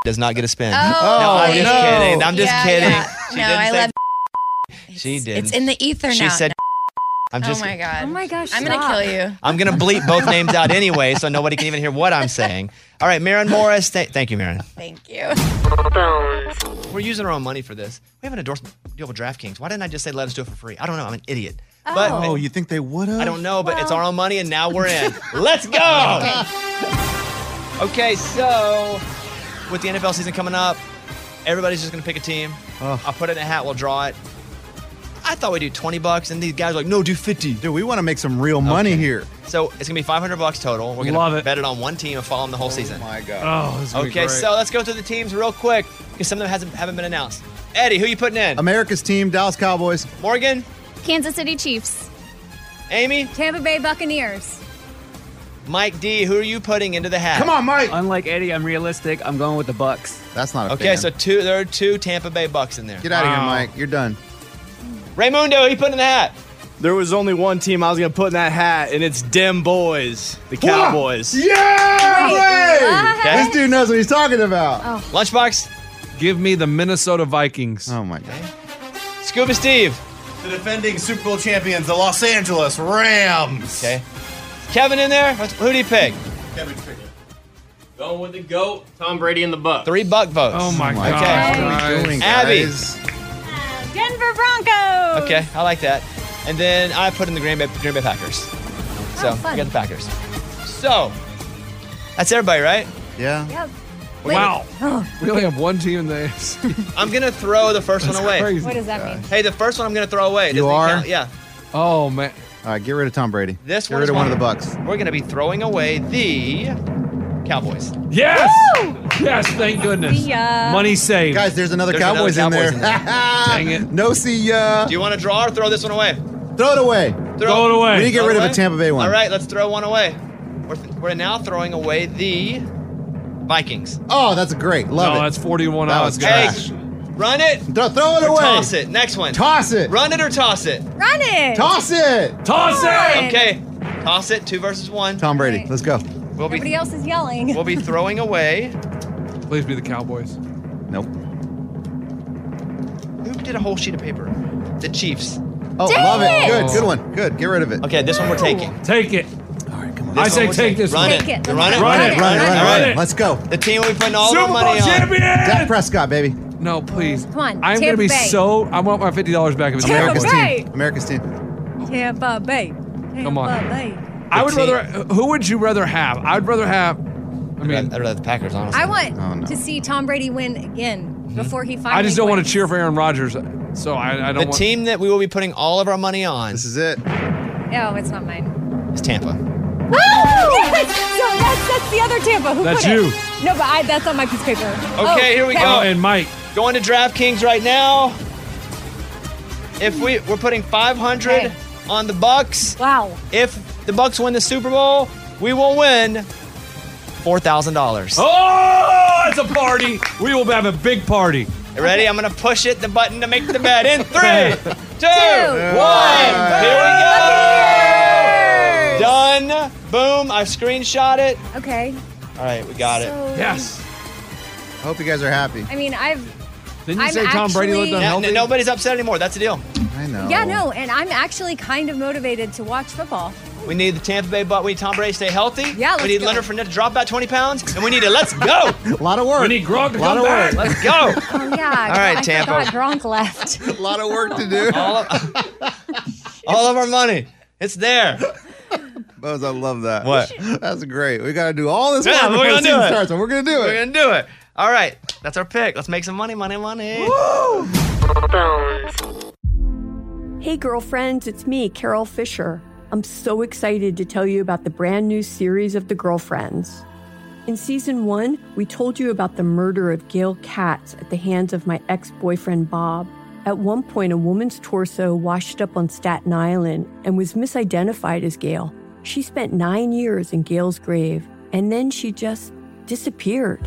Speaker 1: does not get a spin.
Speaker 20: Oh,
Speaker 1: no, I'm just
Speaker 20: no.
Speaker 1: kidding. I'm just
Speaker 20: Yeah,
Speaker 1: kidding.
Speaker 20: yeah.
Speaker 1: She
Speaker 20: No,
Speaker 1: didn't
Speaker 20: I
Speaker 1: say
Speaker 20: love
Speaker 1: She did.
Speaker 20: It's in the ether
Speaker 1: She
Speaker 20: now.
Speaker 1: said, I'm just.
Speaker 20: oh my god. Oh my gosh. I'm
Speaker 8: stop.
Speaker 20: gonna kill you.
Speaker 1: I'm going to bleep both names out anyway, so nobody can even hear what I'm saying. All right, Marin Morris. Th- thank you, Marin.
Speaker 20: Thank you.
Speaker 1: We're using our own money for this. We have an endorsement deal with DraftKings. Why didn't I just say let us do it for free? I don't know. I'm an idiot. But
Speaker 2: Oh, you think they would have?
Speaker 1: I don't know, but it's our own money, and now we're in. Let's go.
Speaker 2: Okay.
Speaker 1: Okay, so with the NFL season coming up, everybody's just gonna pick a team.
Speaker 2: Oh.
Speaker 1: I'll put it in a hat. We'll draw it. I thought we'd do twenty bucks, and these guys are like, "No, do 50.
Speaker 2: Dude, we want to make some real Oh, money here.
Speaker 1: So it's gonna be 500 bucks total. We're gonna
Speaker 2: Love it.
Speaker 1: bet it on one team and follow them the whole season.
Speaker 2: my God. Oh, this is gonna be
Speaker 1: okay.
Speaker 2: great.
Speaker 1: So let's go through the teams real quick because some of them hasn't haven't been announced. Eddie, who you putting in?
Speaker 2: America's team, Dallas Cowboys.
Speaker 1: Morgan,
Speaker 8: Kansas City Chiefs.
Speaker 1: Amy,
Speaker 8: Tampa Bay Buccaneers.
Speaker 1: Mike D, who are you putting into the hat?
Speaker 2: Mike.
Speaker 13: Unlike Eddie, I'm realistic. I'm going with the Bucks.
Speaker 2: That's not
Speaker 1: Okay, so two there are two Tampa Bay Bucks in there.
Speaker 13: Get outta here, Wow. Mike.
Speaker 2: You're done.
Speaker 1: Raymundo, who you putting in the hat?
Speaker 13: There was only one team I was gonna put in that hat, and it's Dem Boys, the Cowboys.
Speaker 2: Yeah!
Speaker 13: Wait, what?
Speaker 2: Wait! This dude knows what he's talking about.
Speaker 1: Lunchbox,
Speaker 6: give me the Minnesota Vikings.
Speaker 2: Oh my god.
Speaker 1: Scuba Steve.
Speaker 17: The defending Super Bowl champions, the Los Angeles Rams.
Speaker 1: Okay. Kevin in there? What's- Who do you pick?
Speaker 17: Kevin Trigger.
Speaker 5: Going with the GOAT, Tom Brady and the Bucks.
Speaker 1: Three buck votes. Oh my,
Speaker 5: my
Speaker 1: Okay.
Speaker 5: gosh, guys.
Speaker 1: Abby.
Speaker 8: Denver Broncos.
Speaker 1: Okay, I like that. And then I put in the Green Bay, Green Bay Packers. So
Speaker 8: Oh, fun.
Speaker 1: we got the Packers. So that's everybody, right?
Speaker 2: Yeah.
Speaker 8: Yep.
Speaker 6: Wow. We only have one team in the
Speaker 1: I'm gonna throw the first one
Speaker 6: That's
Speaker 1: away.
Speaker 6: crazy.
Speaker 8: What does that mean?
Speaker 1: Hey, the first one I'm gonna throw away.
Speaker 2: You
Speaker 1: Doesn't it
Speaker 2: are?
Speaker 1: count? Yeah.
Speaker 2: Oh man. All right, get rid of Tom Brady.
Speaker 1: This
Speaker 2: get
Speaker 1: one
Speaker 2: rid
Speaker 1: is
Speaker 2: of one of
Speaker 1: mine.
Speaker 2: the Bucks.
Speaker 1: We're gonna be throwing away the Cowboys.
Speaker 6: Yes! Yes, thank goodness.
Speaker 1: See ya.
Speaker 6: Money saved.
Speaker 2: Guys, there's another Cowboys, in there.
Speaker 1: Dang
Speaker 2: it. Um, No, see ya.
Speaker 1: Do you want to draw or throw this one away?
Speaker 2: Throw it away.
Speaker 1: Throw
Speaker 2: We need to get
Speaker 1: Throw
Speaker 2: rid of
Speaker 1: away?
Speaker 2: a Tampa Bay one.
Speaker 1: All right, let's throw one away. We're, we're now throwing away the Vikings.
Speaker 2: Oh, that's great. Love
Speaker 6: no,
Speaker 2: it.
Speaker 6: that's 41
Speaker 2: That
Speaker 6: hours.
Speaker 2: was
Speaker 6: guys.
Speaker 2: trash.
Speaker 1: Run it.
Speaker 2: Throw, throw it
Speaker 1: Or
Speaker 2: away.
Speaker 1: Toss it. Next one.
Speaker 2: Toss it.
Speaker 1: Run it or toss it.
Speaker 8: Run it.
Speaker 2: Toss it.
Speaker 6: Toss
Speaker 8: it.
Speaker 1: Okay. Toss it. Two versus one.
Speaker 2: Tom Brady. Let's go.
Speaker 1: We'll be
Speaker 8: Everybody else is yelling.
Speaker 1: we'll be throwing away.
Speaker 6: Please be the Cowboys.
Speaker 2: Nope.
Speaker 1: Who did a whole sheet of paper? The Chiefs.
Speaker 2: Oh,
Speaker 1: Dang
Speaker 2: love it.
Speaker 1: it.
Speaker 2: Good, good one. Good. Get rid of it.
Speaker 1: Okay, this one we're taking.
Speaker 6: Take it. I say take this
Speaker 1: Run
Speaker 6: one.
Speaker 1: it.
Speaker 6: Take it.
Speaker 1: Run it.
Speaker 6: Run it.
Speaker 2: Run it.
Speaker 6: Run
Speaker 2: Run
Speaker 6: it.
Speaker 2: it. Let's go.
Speaker 1: The team we putting all
Speaker 6: Super
Speaker 1: our money
Speaker 6: Bowl
Speaker 1: on.
Speaker 6: champion!
Speaker 2: Dak Prescott, baby.
Speaker 6: No, please. Come
Speaker 8: on.
Speaker 6: I'm
Speaker 8: Tampa
Speaker 6: gonna be
Speaker 8: Bay.
Speaker 6: so. I want my fifty dollars back if it's the
Speaker 8: Tampa
Speaker 6: Cowboys.
Speaker 8: Bay.
Speaker 2: America's team.
Speaker 8: Tampa Bay.
Speaker 6: Come on.
Speaker 8: Tampa Bay.
Speaker 6: I would rather. Who would you rather have? I'd rather have. I mean, I'd
Speaker 1: rather the Packers. Honestly,
Speaker 8: I want
Speaker 1: Oh,
Speaker 8: to see Tom Brady win again before he finally.
Speaker 6: Hmm? I just don't want
Speaker 8: wins.
Speaker 6: to cheer for Aaron Rodgers, so I, I
Speaker 1: The
Speaker 6: don't. want,
Speaker 1: team that we will be putting all of our money on. This
Speaker 2: is it.
Speaker 8: No, Oh, it's not mine.
Speaker 1: It's Tampa.
Speaker 8: Oh, yes! So that's, that's the other Tampa. Who
Speaker 1: That's
Speaker 8: put it?
Speaker 1: you.
Speaker 8: No, but I, that's on my piece of paper. Okay,
Speaker 1: Okay, here we go.
Speaker 6: Oh, and Mike.
Speaker 1: Going to DraftKings right now. If we we're putting 500 on the Bucks.
Speaker 8: Wow.
Speaker 1: If the Bucks win the Super Bowl, we will win four thousand dollars.
Speaker 6: Oh, it's a party. We will have a big party.
Speaker 1: Ready? I'm gonna push it the button to make the bet in three, two, one. Here we go. Done. Boom. I screenshot it.
Speaker 8: Okay.
Speaker 1: All right, we got
Speaker 8: So-
Speaker 1: it.
Speaker 8: Yes.
Speaker 2: I hope you guys are happy.
Speaker 8: I mean, I've.
Speaker 2: Didn't
Speaker 8: you I'm say Tom Brady actually- looked
Speaker 1: Yeah,
Speaker 8: unhealthy?
Speaker 1: n- Nobody's upset anymore. That's the deal.
Speaker 2: I know.
Speaker 8: Yeah, no, and I'm actually kind of motivated to watch football.
Speaker 1: We need the Tampa Bay Buck. We need Tom Brady to stay healthy. Yeah,
Speaker 8: let's
Speaker 1: We need
Speaker 8: go.
Speaker 1: Leonard Fournette to drop about 20 pounds. And we need a let's go.
Speaker 2: a lot of work.
Speaker 6: We need Gronk to
Speaker 1: lot
Speaker 6: come
Speaker 1: of
Speaker 6: back.
Speaker 1: Work. Let's go.
Speaker 8: Oh yeah.
Speaker 1: All right,
Speaker 8: I
Speaker 1: Tampa.
Speaker 8: forgot Gronk left. a
Speaker 2: lot of work to do.
Speaker 1: All of, all of our money. It's there.
Speaker 2: Bose, I love that.
Speaker 1: What?
Speaker 2: That's great. We got to do all this
Speaker 1: Yeah,
Speaker 2: work
Speaker 1: we're
Speaker 2: before the
Speaker 1: gonna do
Speaker 2: season
Speaker 1: it.
Speaker 2: starts, and we're gonna do it.
Speaker 1: We're gonna do it. All right, that's our pick. Let's make some money, money, money.
Speaker 14: Hey, girlfriends, it's me, Carol Fisher. I'm so excited to tell you about the brand new series of The Girlfriends. In season one, we told you about the murder of Gail Katz at the hands of my ex boyfriend, Bob. At one point, a woman's torso washed up on Staten Island and was misidentified as Gail. She spent nine years in Gail's grave, and then she just disappeared.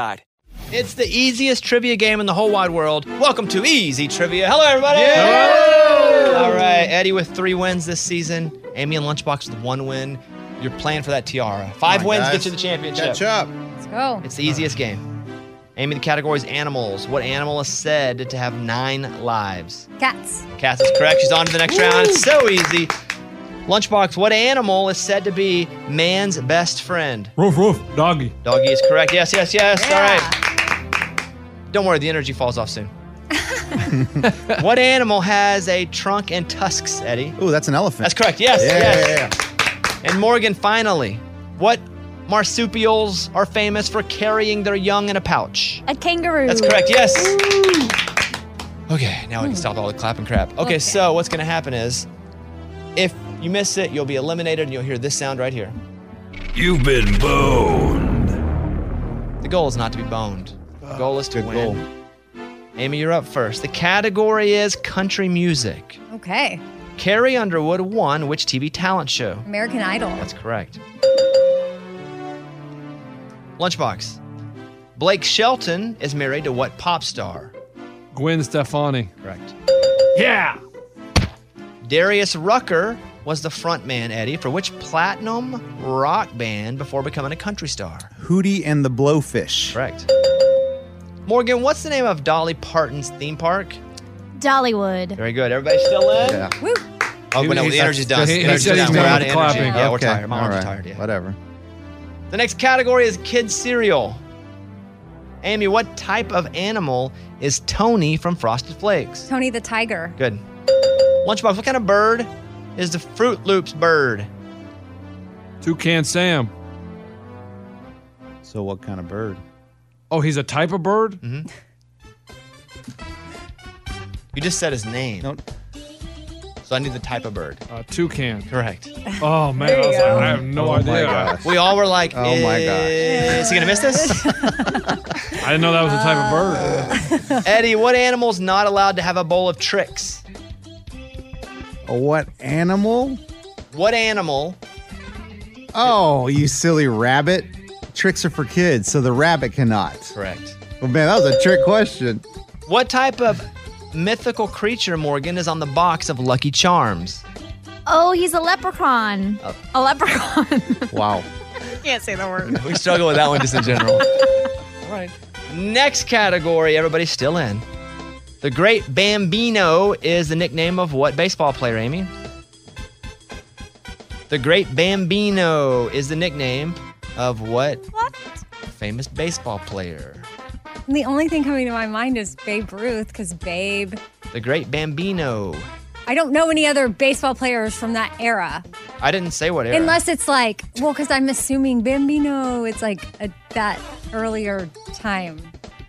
Speaker 1: It's the easiest trivia game in the whole wide world. Welcome to Easy Trivia. Hello, everybody. All right, Eddie with three wins this season. Amy and Lunchbox with one win. You're playing for that tiara. Five
Speaker 2: Come on,
Speaker 1: wins
Speaker 2: guys.
Speaker 1: get you the championship.
Speaker 2: Catch up.
Speaker 8: Let's go.
Speaker 1: It's the easiest game. Amy, the category is animals. What animal is said to have nine lives?
Speaker 8: Cats.
Speaker 1: Cass is correct. She's on to the next
Speaker 8: Woo!
Speaker 1: round. It's so easy. Lunchbox, what animal is said to be man's best friend?
Speaker 6: Roof, roof, doggy.
Speaker 1: Doggy is correct. Yes, yes, yes. All right. Don't worry, the energy falls off soon. what animal has a trunk and tusks, Eddie?
Speaker 2: Ooh, that's an elephant.
Speaker 1: That's correct. Yes,
Speaker 2: Yeah,
Speaker 1: yes.
Speaker 2: yeah,
Speaker 1: And Morgan, finally, what marsupials are famous for carrying their young in a pouch?
Speaker 8: A kangaroo.
Speaker 1: That's correct. Yes. Okay, now we can stop all the clap and crap. Okay, so what's going to happen is if you miss it, you'll be eliminated and you'll hear this sound right here.
Speaker 12: You've been boned.
Speaker 1: The goal is not to be boned. The goal is to Uh, win. Amy, you're up first. The category is country music.
Speaker 8: Okay.
Speaker 1: Carrie Underwood won which TV talent show?
Speaker 8: American Idol.
Speaker 1: That's correct. Lunchbox. Blake Shelton is married to what pop star?
Speaker 6: Gwen Stefani.
Speaker 1: Correct.
Speaker 6: Yeah.
Speaker 1: Darius Rucker was the frontman, Eddie, for which platinum rock band before becoming a country star?
Speaker 2: Hootie and the Blowfish.
Speaker 1: Correct. Morgan, what's the name of Dolly Parton's theme park?
Speaker 11: Dollywood.
Speaker 1: Very good. Everybody still in?
Speaker 2: Yeah.
Speaker 11: Woo.
Speaker 1: Oh, but no, the energy's done. The energy's done. We're out of energy. Yeah, we're tired. My arms are tired. Yeah.
Speaker 2: Whatever.
Speaker 1: The next category is kids cereal. Amy, what type of animal is Tony from Frosted Flakes?
Speaker 8: Tony the Tiger.
Speaker 1: Good. Lunchbox, what kind of bird is the Fruit Loops bird?
Speaker 6: Toucan Sam.
Speaker 2: So, what kind of bird?
Speaker 6: Oh, he's a type of bird?
Speaker 1: Mm-hmm. You just said his name.
Speaker 2: Nope.
Speaker 1: So I need the type of bird.
Speaker 6: Uh, toucan.
Speaker 1: Correct.
Speaker 6: Oh, man. I, was like, I have no idea.
Speaker 1: We all were like, "Eh,
Speaker 2: Oh my God.
Speaker 1: Is he gonna miss this?
Speaker 6: I didn't know that was a type of bird.
Speaker 1: Eddie, what animal's not allowed to have a bowl of tricks?
Speaker 2: A what animal?
Speaker 1: What animal?
Speaker 2: Oh, you silly rabbit. Tricks are for kids, so the rabbit cannot.
Speaker 1: Correct.
Speaker 2: Well, man, that was a trick question.
Speaker 1: What type of mythical creature, Morgan, is on the box of Lucky Charms?
Speaker 11: Oh, he's a leprechaun.
Speaker 1: Oh.
Speaker 11: A leprechaun.
Speaker 2: Wow.
Speaker 11: Can't say the word.
Speaker 1: we struggle with that one just in general. All right. Next category, everybody's still in. The Great Bambino is the nickname of what baseball player, Amy? The Great Bambino is the nickname of what?
Speaker 8: What?
Speaker 1: Famous baseball player.
Speaker 8: And the only thing coming to my mind is Babe Ruth because Babe.
Speaker 1: The Great Bambino.
Speaker 8: I don't know any other baseball players from that era,
Speaker 1: I didn't say what era.
Speaker 8: unless it's like well, because I'm assuming Bambino. It's like a, that earlier time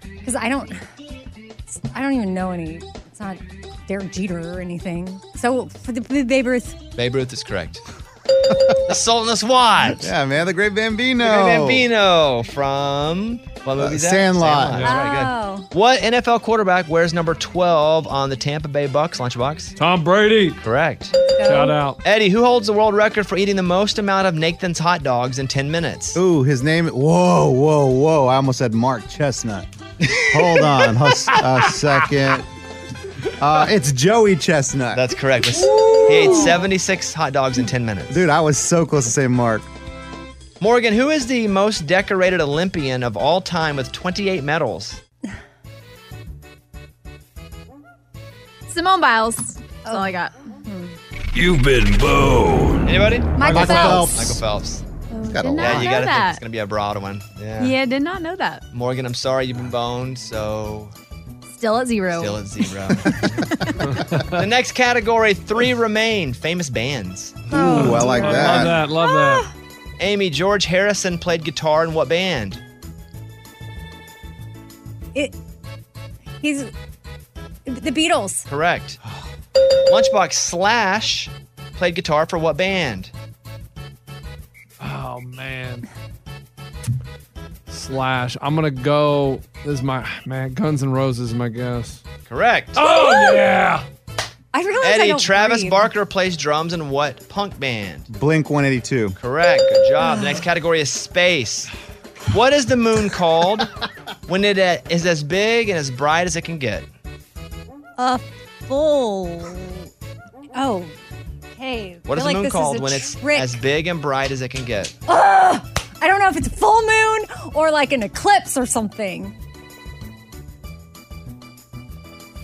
Speaker 8: because I don't. I don't even know any. It's not Derek Jeter or anything. So for the, the Babe Ruth,
Speaker 1: Babe Ruth is correct. the Sultan of Swat.
Speaker 2: Yeah, man, the great Bambino.
Speaker 1: The Great Bambino from what movie is that?
Speaker 2: Sandlot.
Speaker 1: That's right, good. What NFL quarterback wears number 12 on the Tampa Bay Bucks lunchbox?
Speaker 6: Tom Brady.
Speaker 1: Correct.
Speaker 6: Shout out.
Speaker 1: Eddie, who holds the world record for eating the most amount of Nathan's hot dogs in 10 minutes?
Speaker 2: Ooh, his name. Whoa, whoa, whoa. I almost said Mark Chestnut. Hold on hus- a second. Uh, it's Joey Chestnut.
Speaker 1: That's correct. He ate 76 hot dogs in 10 minutes.
Speaker 2: Dude, I was so close to saying Mark.
Speaker 1: Morgan, who is the most decorated Olympian of all time with 28 medals?
Speaker 11: Simone Biles. That's all I got.
Speaker 12: You've been boned.
Speaker 1: Anybody?
Speaker 11: Michael Michael Phelps.
Speaker 1: Michael Phelps.
Speaker 3: Oh,
Speaker 2: Got a
Speaker 11: did
Speaker 1: yeah,
Speaker 11: not
Speaker 1: you
Speaker 11: know
Speaker 1: gotta think
Speaker 11: that.
Speaker 1: it's gonna be a broad one. Yeah.
Speaker 11: Yeah, did not know that.
Speaker 1: Morgan, I'm sorry you've been boned, so
Speaker 11: Still at zero.
Speaker 1: still at zero. the next category, three remain famous bands. Ah.
Speaker 2: Ooh, I like
Speaker 6: Love
Speaker 2: that.
Speaker 6: that. Love that.
Speaker 1: Amy, George Harrison played guitar in what band?
Speaker 8: it. He's the Beatles.
Speaker 1: Correct. Lunchbox Slash played guitar for what band?
Speaker 6: Oh, man. Slash. I'm going to go. This is my. Man, Guns N' Roses is my guess.
Speaker 1: Correct.
Speaker 6: Oh, yeah.
Speaker 8: I realize I
Speaker 1: Eddie,
Speaker 8: don't
Speaker 1: Travis
Speaker 8: breathe.
Speaker 1: Barker plays drums in what punk band?
Speaker 2: Blink 182.
Speaker 1: Correct. Good job. The next category is space. What is the moon called when it uh, is as big and as bright as it can get?
Speaker 8: A full. Oh, okay.
Speaker 1: What is
Speaker 8: I
Speaker 1: the
Speaker 8: feel like
Speaker 1: moon
Speaker 8: this
Speaker 1: called
Speaker 8: is a
Speaker 1: when it's
Speaker 8: trick.
Speaker 1: as big and bright as it can get?
Speaker 8: I don't know if it's a full moon or like an eclipse or something. Full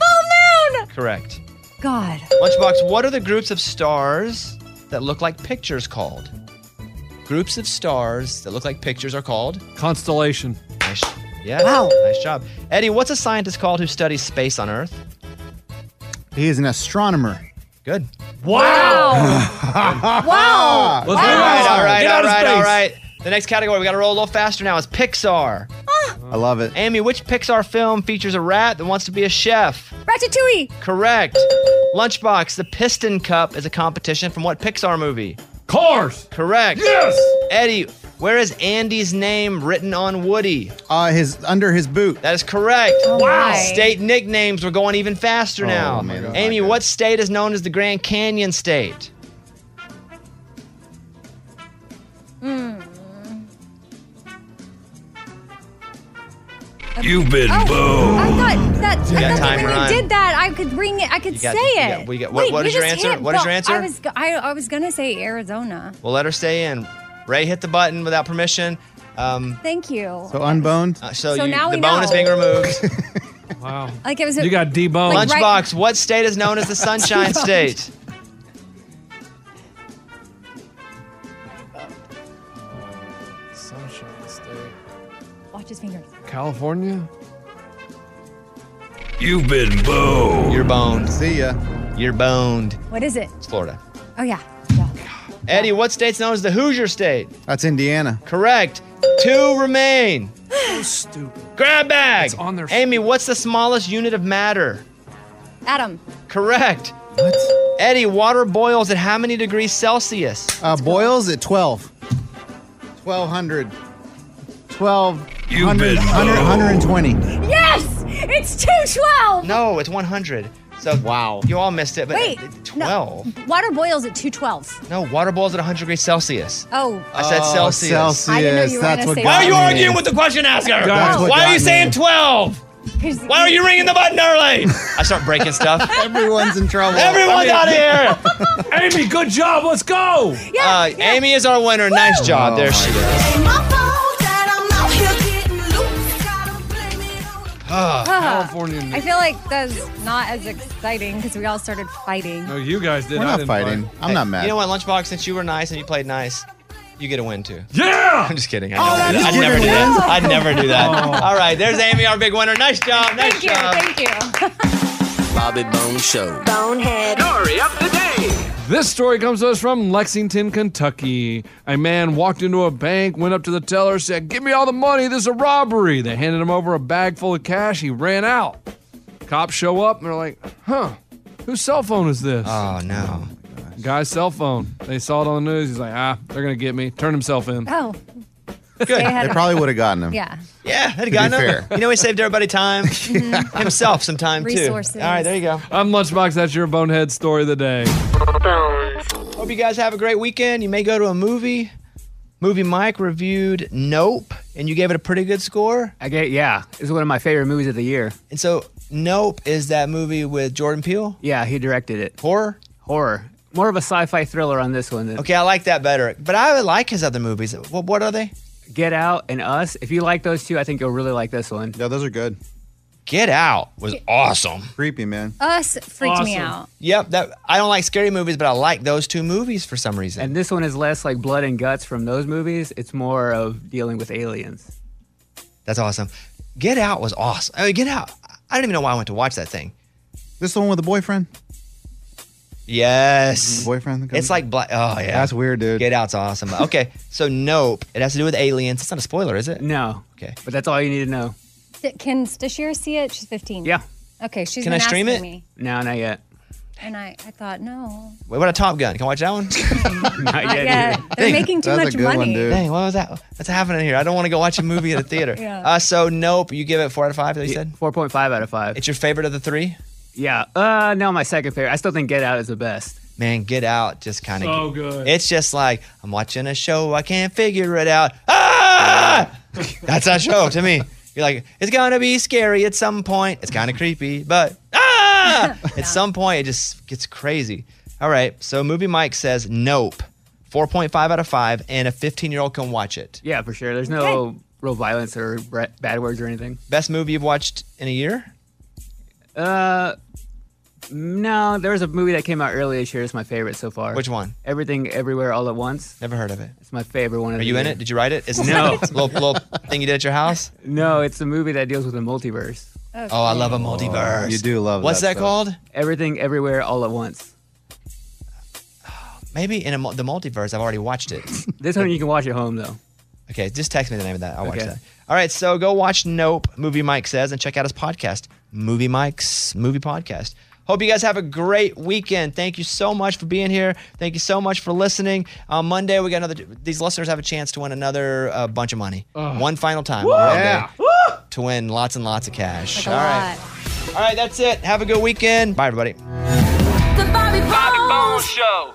Speaker 8: moon.
Speaker 1: Correct.
Speaker 8: God.
Speaker 1: Lunchbox, what are the groups of stars that look like pictures called? Groups of stars that look like pictures are called.
Speaker 6: Constellation.
Speaker 1: Nice. Yeah.
Speaker 8: Wow.
Speaker 1: Nice job. Eddie, what's a scientist called who studies space on Earth?
Speaker 2: He is an astronomer.
Speaker 1: Good.
Speaker 8: Wow. wow.
Speaker 1: All
Speaker 6: Let's move
Speaker 1: right,
Speaker 6: on.
Speaker 1: all right,
Speaker 6: Get
Speaker 1: all
Speaker 6: out of
Speaker 1: right,
Speaker 6: space.
Speaker 1: all right. The next category we got to roll a little faster now is Pixar.
Speaker 2: I love it.
Speaker 1: Amy, which Pixar film features a rat that wants to be a chef?
Speaker 8: Ratatouille.
Speaker 1: Correct. Lunchbox, the Piston Cup is a competition from what Pixar movie?
Speaker 6: Cars.
Speaker 1: Correct.
Speaker 6: Yes.
Speaker 1: Eddie, Where is Andy's name written on Woody?
Speaker 2: Uh, his under his boot.
Speaker 1: That is correct.
Speaker 2: Oh
Speaker 1: wow.
Speaker 2: my.
Speaker 1: State nicknames were going even faster
Speaker 2: Oh
Speaker 1: now.
Speaker 2: my God.
Speaker 1: Amy, what state is known as the Grand Canyon State?
Speaker 12: You've been
Speaker 8: Oh, I
Speaker 12: boned.
Speaker 8: thought that,
Speaker 1: You got
Speaker 8: that
Speaker 1: time,
Speaker 8: when
Speaker 1: Ryan.
Speaker 8: you did that, I could ring it. I could
Speaker 1: You got-
Speaker 8: say
Speaker 1: you
Speaker 8: it.
Speaker 1: got- we got- what-
Speaker 8: Wait,
Speaker 1: what
Speaker 8: you
Speaker 1: is your
Speaker 8: just
Speaker 1: answer?
Speaker 8: hit-
Speaker 1: What is your
Speaker 8: well,
Speaker 1: answer?
Speaker 8: I was go- I, I was gonna say Arizona.
Speaker 1: We'll let her stay in. Ray hit the button without permission. Um,
Speaker 8: Thank you.
Speaker 1: so
Speaker 2: unboned.
Speaker 1: so
Speaker 8: So
Speaker 1: you,
Speaker 8: now
Speaker 1: the
Speaker 8: we
Speaker 1: bone
Speaker 8: know.
Speaker 1: is being removed. wow.
Speaker 8: Like it was. a-
Speaker 6: deboned.
Speaker 8: Like right-
Speaker 1: Lunchbox. What state is known as the Sunshine State?
Speaker 6: Sunshine State.
Speaker 8: Watch his fingers.
Speaker 6: California?
Speaker 12: You've been boned.
Speaker 1: You're boned.
Speaker 2: See ya.
Speaker 1: You're boned.
Speaker 8: What is it?
Speaker 1: It's Florida.
Speaker 8: Oh yeah.
Speaker 1: Eddie, what state's known as the Hoosier State?
Speaker 2: That's Indiana.
Speaker 1: Correct. Two remain. Grab bag. on their Amy, what's the smallest unit of matter?
Speaker 8: Adam.
Speaker 1: Correct. What? Eddie, water boils at how many degrees Celsius?
Speaker 2: Uh, boils at 12. 1200. 12.
Speaker 1: You've been
Speaker 2: 100,
Speaker 1: boned.
Speaker 2: 120.
Speaker 8: Yes, it's two twelve.
Speaker 1: No, it's 100. So wow, you all missed it. But
Speaker 8: Wait,
Speaker 1: twelve.
Speaker 8: Water boils at two twelve.
Speaker 1: No. water boils at 100 degrees Celsius.
Speaker 8: Oh.
Speaker 1: I said
Speaker 2: Oh,
Speaker 1: Celsius.
Speaker 2: Celsius, I didn't know you were that's gonna what say got
Speaker 1: Why are you
Speaker 2: me.
Speaker 1: arguing with the question asker?
Speaker 2: That's what
Speaker 1: Why
Speaker 2: got
Speaker 1: are you
Speaker 2: me.
Speaker 1: saying 12? Why are you ringing the button early? I start breaking stuff.
Speaker 2: Everyone's in trouble.
Speaker 1: Everyone's out of
Speaker 6: here. Amy, good job. Let's go.
Speaker 1: uh, Amy is our winner. Nice job.
Speaker 2: Oh
Speaker 1: there she is. Ah.
Speaker 6: California.
Speaker 8: I feel like that's not as exciting because we all started fighting.
Speaker 6: No, you guys did.
Speaker 2: We're
Speaker 6: I
Speaker 2: not
Speaker 6: didn't
Speaker 2: fighting.
Speaker 6: fight.
Speaker 2: I'm not mad.
Speaker 1: You know what, Lunchbox? Since you were nice and you played nice, you get a win too.
Speaker 6: Yeah!
Speaker 1: I'm just kidding. I
Speaker 6: Oh,
Speaker 1: never do
Speaker 6: that's
Speaker 1: that. I'd never do
Speaker 6: good.
Speaker 1: that. I'd never do that.
Speaker 6: Oh.
Speaker 1: All right, there's Amy, our big winner. Nice job. Nice
Speaker 8: Thank you,
Speaker 1: job.
Speaker 8: thank you.
Speaker 13: Bobby Bone Show.
Speaker 8: Bonehead.
Speaker 13: Story of the day.
Speaker 6: This story comes to us from Lexington, Kentucky. A man walked into a bank, went up to the teller, said, Give me all the money, this is a robbery. They handed him over a bag full of cash. He ran out. Cops show up and they're like, Huh, whose cell phone is this?
Speaker 1: Oh, no.
Speaker 6: Guy's cell phone. They saw it on the news. He's like, Ah, they're going to get me. Turn himself in.
Speaker 8: Oh.
Speaker 1: Good.
Speaker 2: They probably would have gotten him.
Speaker 8: Yeah.
Speaker 1: Yeah, that'd
Speaker 2: To be
Speaker 1: have gotten him.
Speaker 2: fair.
Speaker 1: You know, he saved everybody time, himself some time too.
Speaker 8: Resources.
Speaker 1: All right, there you go.
Speaker 6: I'm Lunchbox. That's your Bonehead story of the day.
Speaker 1: Hope you guys have a great weekend. You may go to a movie. Movie Mike reviewed Nope, and you gave it a pretty good score.
Speaker 5: I get, yeah. It's one of my favorite movies of the year.
Speaker 1: And so, Nope is that movie with Jordan Peele?
Speaker 5: Yeah, he directed it.
Speaker 1: Horror?
Speaker 5: Horror. More of a sci fi thriller on this one. Than
Speaker 1: Okay, I like that better. But I would like his other movies. What, what are they?
Speaker 5: Get Out and Us. If you like those two, I think you'll really like this one.
Speaker 2: Yeah, those are good.
Speaker 1: Get Out was awesome.
Speaker 2: Creepy, man.
Speaker 8: Us freaked me
Speaker 5: Awesome.
Speaker 8: out.
Speaker 1: Yep, that I don't like scary movies, but I like those two movies for some reason.
Speaker 5: And this one is less like blood and guts from those movies. It's more of dealing with aliens.
Speaker 1: That's awesome. Get Out was awesome. I mean, Get Out. I don't even know why I went to watch that thing.
Speaker 2: This one with the boyfriend?
Speaker 1: Yes.
Speaker 2: Boyfriend?
Speaker 1: It's like black. Oh yeah,
Speaker 2: That's weird, dude.
Speaker 1: Get Out's awesome. Okay, so Nope. It has to do with aliens. It's not a spoiler, is it?
Speaker 5: No.
Speaker 1: Okay.
Speaker 5: But that's all you need to know.
Speaker 8: D- can Stashira see it? She's 15.
Speaker 5: Yeah.
Speaker 8: Okay, she's
Speaker 1: Can
Speaker 8: been
Speaker 1: I stream
Speaker 8: asking
Speaker 1: it?
Speaker 8: me.
Speaker 5: No, not yet.
Speaker 8: And I, I thought, no.
Speaker 1: What about a Top Gun? Can I watch that one?
Speaker 5: not
Speaker 8: yet yet. either. They're making too That's a much good one, money. dude.
Speaker 1: Dang, what was that? What's happening here? I don't want to go watch a movie at a theater.
Speaker 5: Yeah.
Speaker 1: uh, so Nope. You give it four out of five. They said
Speaker 5: 4.5 out of 5.
Speaker 1: it's your favorite of the three.
Speaker 5: Yeah. Uh, no, my second favorite. I still think Get Out is the best.
Speaker 1: Man, Get Out just kind of.
Speaker 5: So good.
Speaker 1: It's just like I'm watching a show. I can't figure it out. Ah! That's that show to me. You're like, it's gonna be scary at some point. It's kind of creepy, but ah! at some point it just gets crazy. All right. So movie Mike says nope. 4.5 out of 5 and a 15-year-old can watch it.
Speaker 5: Yeah, for sure. There's no real violence or bre- bad words or anything.
Speaker 1: Best movie you've watched in a year?
Speaker 5: Uh, no, there was a movie that came out earlier this year. It's my favorite so far.
Speaker 1: Which one?
Speaker 5: Everything, Everywhere, All at Once.
Speaker 1: Never heard of it.
Speaker 5: It's my favorite one. Of
Speaker 1: Are
Speaker 5: the
Speaker 1: you in
Speaker 5: year.
Speaker 1: it? Did you write it? Is this
Speaker 5: No.
Speaker 1: a little, little thing you did at your house?
Speaker 5: No, it's a movie that deals with the multiverse.
Speaker 1: Oh, I love a multiverse.
Speaker 2: you do love
Speaker 1: What's that,
Speaker 5: stuff.
Speaker 1: called?
Speaker 5: Everything, Everywhere, All at Once.
Speaker 1: Maybe in a, mul- the multiverse. I've already watched it.
Speaker 5: This one you can watch at home though.
Speaker 1: Okay, just text me the name of that. I'll watch
Speaker 5: Okay.
Speaker 1: that. All right, so go watch Nope, Movie Mike says, and check out his podcast, Movie Mike's Movie Podcast. Hope you guys have a great weekend. Thank you so much for being here. Thank you so much for listening. On Monday, we got another. These listeners have a chance to win another uh, bunch of money. One final time.
Speaker 18: Woo!
Speaker 1: on Monday
Speaker 18: Yeah.
Speaker 1: To win lots and lots of cash.
Speaker 18: Like a
Speaker 1: All right. All right, that's it. Have a good weekend. Bye, everybody.
Speaker 14: Show.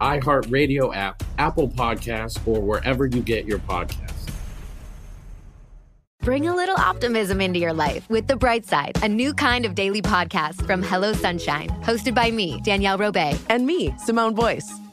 Speaker 10: iHeartRadio app, Apple Podcasts, or wherever you get your podcasts.
Speaker 22: Bring a little optimism into your life with The Bright Side, a new kind of daily podcast from Hello Sunshine, hosted by me, Danielle Robay.
Speaker 3: And me, Simone Boyce.